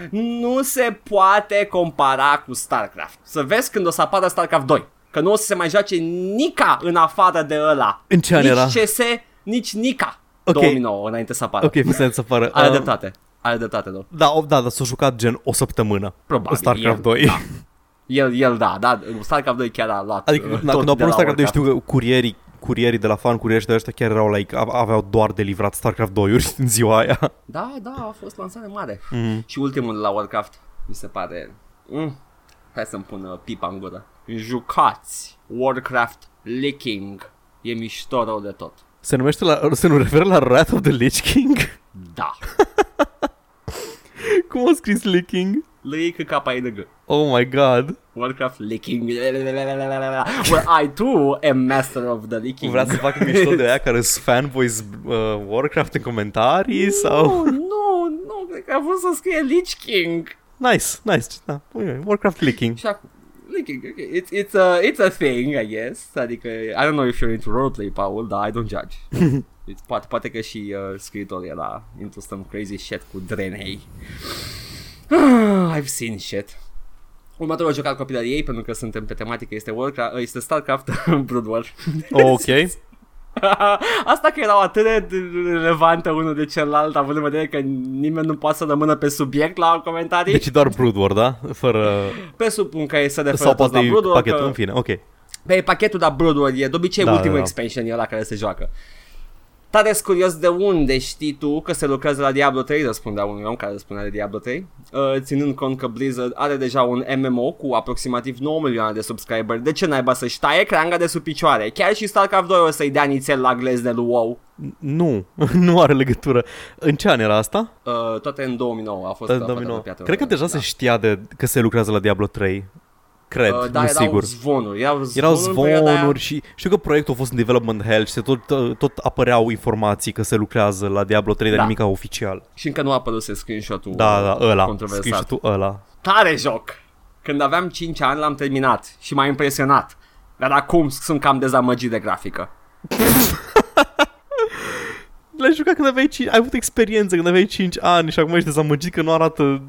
nu se poate compara cu StarCraft. Să vezi când o să apară StarCraft 2, că nu o să se mai joace Nica în afară de ăla.
În ce an
nici
era?
CS, nici Nica.
Ok.
2009, înainte să apară.
Ok, fii să apară.
Are
Uh,
dreptate. Are dreptate, nu.
Da, o- da, dar s-a jucat gen o săptămână.
Probabil,
StarCraft
e-
2.
El, el da, da, StarCraft 2 chiar a luat
Adică
uh,
na,
tot
când
de
au apărut
la
StarCraft 2
Warcraft.
știu că curierii curierii de la fan, curierii și de ăștia chiar erau like, a- aveau doar de livrat StarCraft 2-uri în ziua aia.
Da, da, a fost lansare mare
Mhm.
mm-hmm. Și ultimul de la Warcraft Mi se pare mm. Hai să-mi pun uh, pipa în gură Jucați Warcraft Licking E mișto rău de tot
Se numește la, se nu referă la Wrath of the Lich King?
Da
Cum a scris Lich King?
Lick ca pe IDG
Oh my god.
Warcraft Licking Well, I too am master of the Licking
Vrea să fac mișto de aia care sunt fanboys uh, Warcraft în comentarii sau...
Nu, nu, nu, cred că a vrut să scrie Lich King
Nice, nice, da. Warcraft Lich King.
Și acum, Linking, okay. It's, it's, a, it's a thing, I guess. Adică, I don't know if you're into roleplay, Paul, dar I don't judge. It's, poate, poate că și uh, scriitorul era into some crazy shit cu drenei. I've seen shit. Următorul joc al copilăriei, ei, pentru că suntem pe tematică, este, Warcraft, uh, este StarCraft Brood War.
Ok.
Asta că erau atât de relevante unul de celălalt, având în vedere că nimeni nu poate să rămână pe subiect la comentarii.
Deci e doar Brood War, da? Fără...
Presupun că se referă
Sau
tot
poate
la
e
Brood War,
pachetul,
că-
în fine, ok.
Pe pachetul de Broadway e de obicei da,
Da, da,
ultimul
da.
da, expansion e ăla care se joacă. Tare curios de unde știi tu că se lucrează la Diablo 3, răspundea unui om care răspundea de Diablo 3, uh, ținând cont că Blizzard are deja un MMO cu aproximativ 9 milioane de subscriberi, de ce naiba să-și taie creanga de sub picioare? Chiar și StarCraft 2 o să-i dea nițel la glezne lui WoW.
Nu, nu are legătură. În ce an era asta?
Uh, toate în 2009 a fost
Da,
uh,
domino.
toată piatră.
Cred că deja se știa de, că se lucrează la Diablo 3. Cred,
Uh,
da,
da,
nu
erau
sigur.
zvonuri, erau zvonuri,
Erau
în perioada aia.
zvonuri și știu că proiectul a fost în development hell și se tot, uh, tot apăreau informații că se lucrează la Diablo 3, dar
Da.
nimica oficial.
și încă nu a apărut screenshot-ul
Da, da, ăla.
controversat.
Screenshot-ul ăla.
Tare joc! Când aveam 5 ani l-am terminat și m-a impresionat. Dar acum sunt cam dezamăgit de grafică.
L-ai jucat când aveai 5, ai avut experiență când aveai 5 ani și acum ești dezamăgit că nu arată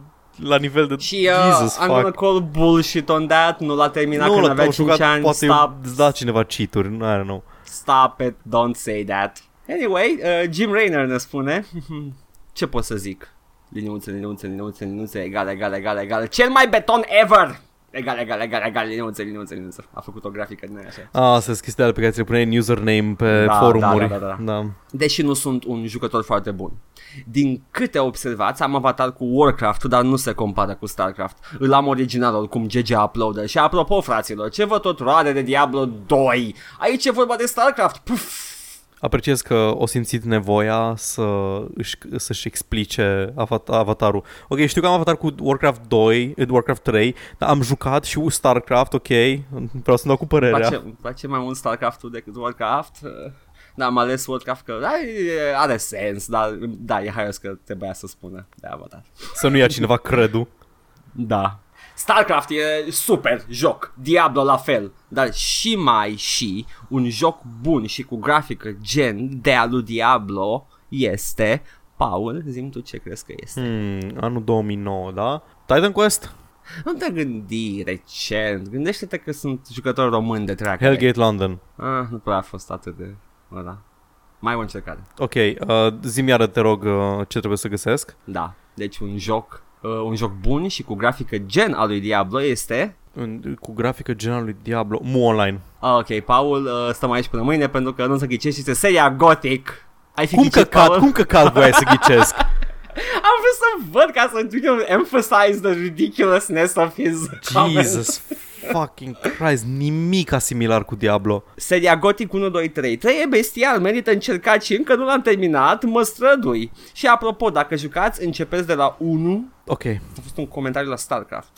la nivel de
Și uh,
Jesus,
I'm
fuck.
gonna call bullshit on that, nu l-a terminat când
l-am
avea 5 ani,
poate
stop,
îți da cineva cheat-uri, I don't know.
stop it, don't say that. Anyway, uh, Jim Raynor ne spune, ce pot să zic? Liniuțe, liniuțe, liniuțe, liniuțe, egal, egal, egal, egal, cel mai beton ever! Egal, egal, egal, egal, liniuțe, liniuțe, liniuțe. A făcut o grafică din aia așa.
Ah, sunt chestiile pe care ți le puneai în username pe
Da,
forumuri.
da, da, da, da.
da.
deși nu sunt un jucător foarte bun. Din câte observați, am avatar cu Warcraft, dar nu se compară cu StarCraft. Îl am original oricum, GG Uploader. Și apropo, fraților, ce vă tot roade de Diablo 2? Aici e vorba de StarCraft. Puf!
Apreciez că o simțit nevoia să își, să-și explice avat- avatarul. Ok, știu că am avatar cu Warcraft 2, eh, Warcraft 3, dar am jucat și cu StarCraft, ok, vreau să-mi dau cu
Îmi
părerea.
place, îmi place mai mult StarCraft-ul decât Warcraft. Da, am ales Warcraft că da, e- are sens, dar da, e haios că trebuia să spună de avatar.
Să nu ia cineva credul.
Da. StarCraft e super joc, Diablo la fel, dar și mai și un joc bun și cu grafică gen de al lui Diablo este, Paul, zim tu ce crezi că este.
Hmm, anul 2009, da? Titan Quest?
Nu te gândi recent, gândește-te că sunt jucători români de track.
Hellgate London.
Ah, nu prea a fost atât de ăla. Mai o încercare.
Ok, uh, zi-mi iară, te rog, uh, ce trebuie să găsesc.
Da, deci un joc, uh, un joc bun și cu grafică gen al lui Diablo este
În- Cu grafică genul lui Diablo, Mu Online.
Ah, Ok, Paul, uh, stăm aici până mâine pentru că nu se ghicește, este seria Gothic. Ai fi
Cum
ghicit,
căcat,
Paul?
cum căcat voiai să ghicesc?
Am vrut să văd ca să you know, emphasize the ridiculousness of his comment.
Jesus fucking Christ, nimic asimilar cu Diablo.
Seria Gothic 1, 2, 3. 3 e bestial, merită încercat și încă nu l-am terminat, mă strădui. Și apropo, dacă jucați, începeți de la 1.
Ok,
A fost un comentariu la StarCraft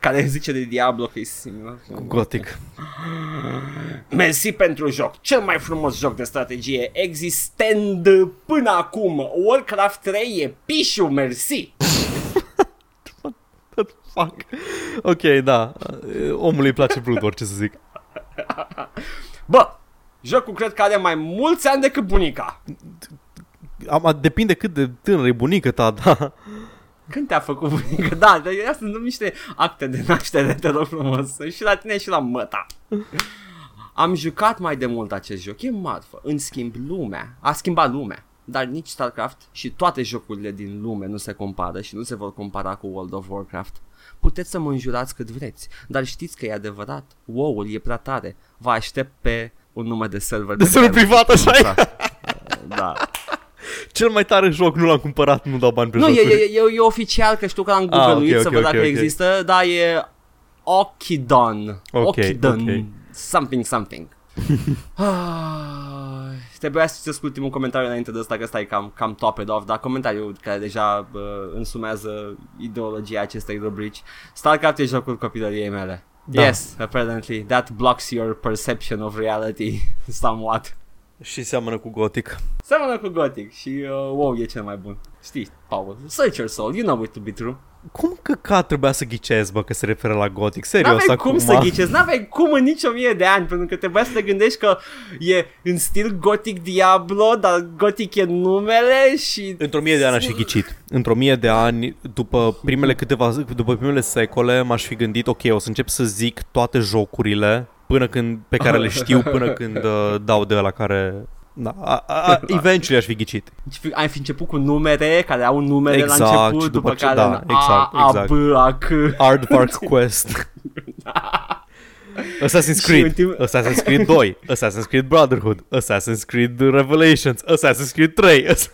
care zice de Diablo că e similar.
gotic.
Mersi pentru joc, cel mai frumos joc de strategie existent până acum. Warcraft 3 e pișu, mersi.
Fuck. Ok, da. Omului îi place Bloodborne, ce să zic.
Bă, jocul cred că are mai mulți ani decât bunica.
Am, a- depinde cât de tânăr e bunica ta, da.
Când te-a făcut bunica? Da, dar ia să dăm niște acte de naștere, te rog frumos. Și la tine și la măta. Am jucat mai de mult acest joc, e marfă. În schimb, lumea, a schimbat lumea. Dar nici StarCraft și toate jocurile din lume nu se compară și nu se vor compara cu World of Warcraft. Puteți să mă înjurați cât vreți, dar știți că e adevărat. WoW-ul e prea tare. Vă aștept pe un număr de server.
De server privat, așa e?
Da.
Cel mai tare joc nu l-am cumpărat, nu dau bani pe
Nu, e,
jocuri. Ah,
e, e, e oficial că știu că l-am googluit
ok,
să
ok,
văd
ok,
dacă
ok.
există, dar e Okidon.
Ok,
Okidon.
ok.
Something, something. Ah, Trebuia să citesc ultimul comentariu înainte de asta, că stai cam, cam top it off, dar comentariul care deja uh, însumează ideologia acestei rubrici. StarCraft e jocul copilăriei mele.
Da.
Yes, apparently. That blocks your perception of reality somewhat.
Și seamănă cu gotic.
Seamănă cu Gothic și uh, wow, e cel mai bun. Știi, Paul, search your soul, you know it to be true.
Cum căcat trebuia să ghicez, bă, că se referă la gotic? Serios,
N-aveai
acum.
cum să ghicezi, n-aveai cum în nicio mie de ani, pentru că trebuia să te gândești că e în stil Gothic Diablo, dar Gothic e numele și...
Într-o mie de ani aș fi ghicit. Într-o mie de ani, după primele câteva, după primele secole, m-aș fi gândit, ok, o să încep să zic toate jocurile până când, pe care le știu, până când uh, dau de la care... Da, a, a, eventually aș fi ghicit.
Ai fi început cu numere, care au numere la
Exact,
început,
și
după,
după ce-
care
da,
în
exact,
A,
exact.
A, B, A, C.
Aardvark Quest. Assassin's Creed,
ultim-
Assassin's Creed 2, Assassin's Creed Brotherhood, Assassin's Creed Revelations, Assassin's Creed 3. Ass-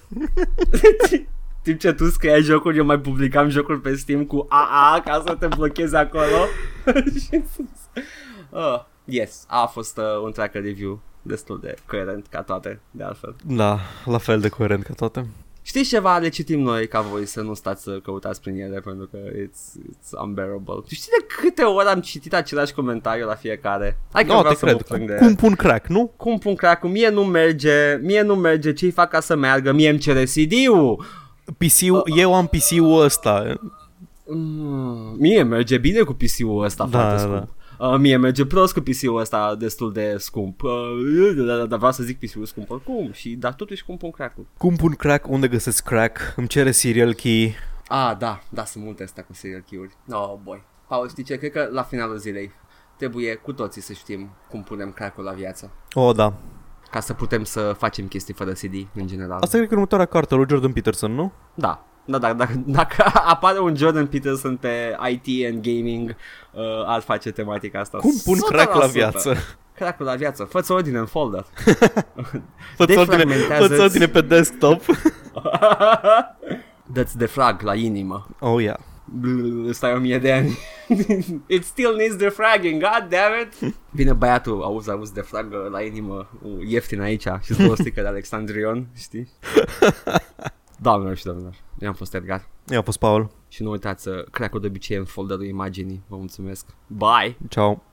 Timp ce tu scriai jocuri, eu mai publicam jocuri pe Steam cu AA ca să te blochezi acolo. Și- Ah, yes, a fost uh, un tracker review destul de coerent ca toate, de altfel.
Da, la fel de coerent ca toate.
Știți ceva, le citim noi ca voi să nu stați să căutați prin ele pentru că it's, it's unbearable. Tu știi de câte ori am citit același comentariu la fiecare? Hai că
No,
vreau
te
să mă
cred.
plâng de
Cum pun crack, nu?
Cum pun crack Mie nu merge, mie nu merge, ce-i fac ca să meargă, mie îmi cere CD-ul.
PC-ul, eu am PC-ul ăsta.
Mm, mie merge bine cu PC-ul ăsta
Da,
foarte
da,
scump. Uh, mie merge prost cu PC-ul ăsta destul de scump. Uh, dar dar vreau să zic PC-ul scump oricum, și, dar totuși cum pun crack
Cum pun crack, unde găsesc crack, îmi cere serial key.
Ah, da, da, sunt multe astea cu serial kill-uri. Oh, boy. Paul, știi ce? Cred că la finalul zilei trebuie cu toții să știm cum punem cracul la viață.
O, oh, da.
Ca să putem să facem chestii fără CD, în general.
Asta cred că e următoarea carte lui Jordan Peterson, nu?
Da. Da, da, dacă, dacă apare un Jordan Peterson pe IT and gaming, uh, ar face tematica asta.
Cum pun crack la viață?
Cracul la viață. Fă-ți ordine în folder.
Fă-ți ordine,
Defragmentează-ți-
fă-ți ordine pe desktop.
Dă-ți de flag la inimă.
Oh, yeah.
Blr, Stai o mie de ani. It still needs the fragging, god damn it. Vine băiatul, auzi, auzi de frag uh, la inimă, uh, ieftin aici și două sticle de Alexandrion, știi? Doamnelor și domnilor, eu am fost Edgar.
Eu am fost Paul.
Și nu uitați, uh, crack-ul de obicei e în folderul imaginii. Vă mulțumesc. Bye!
Ciao.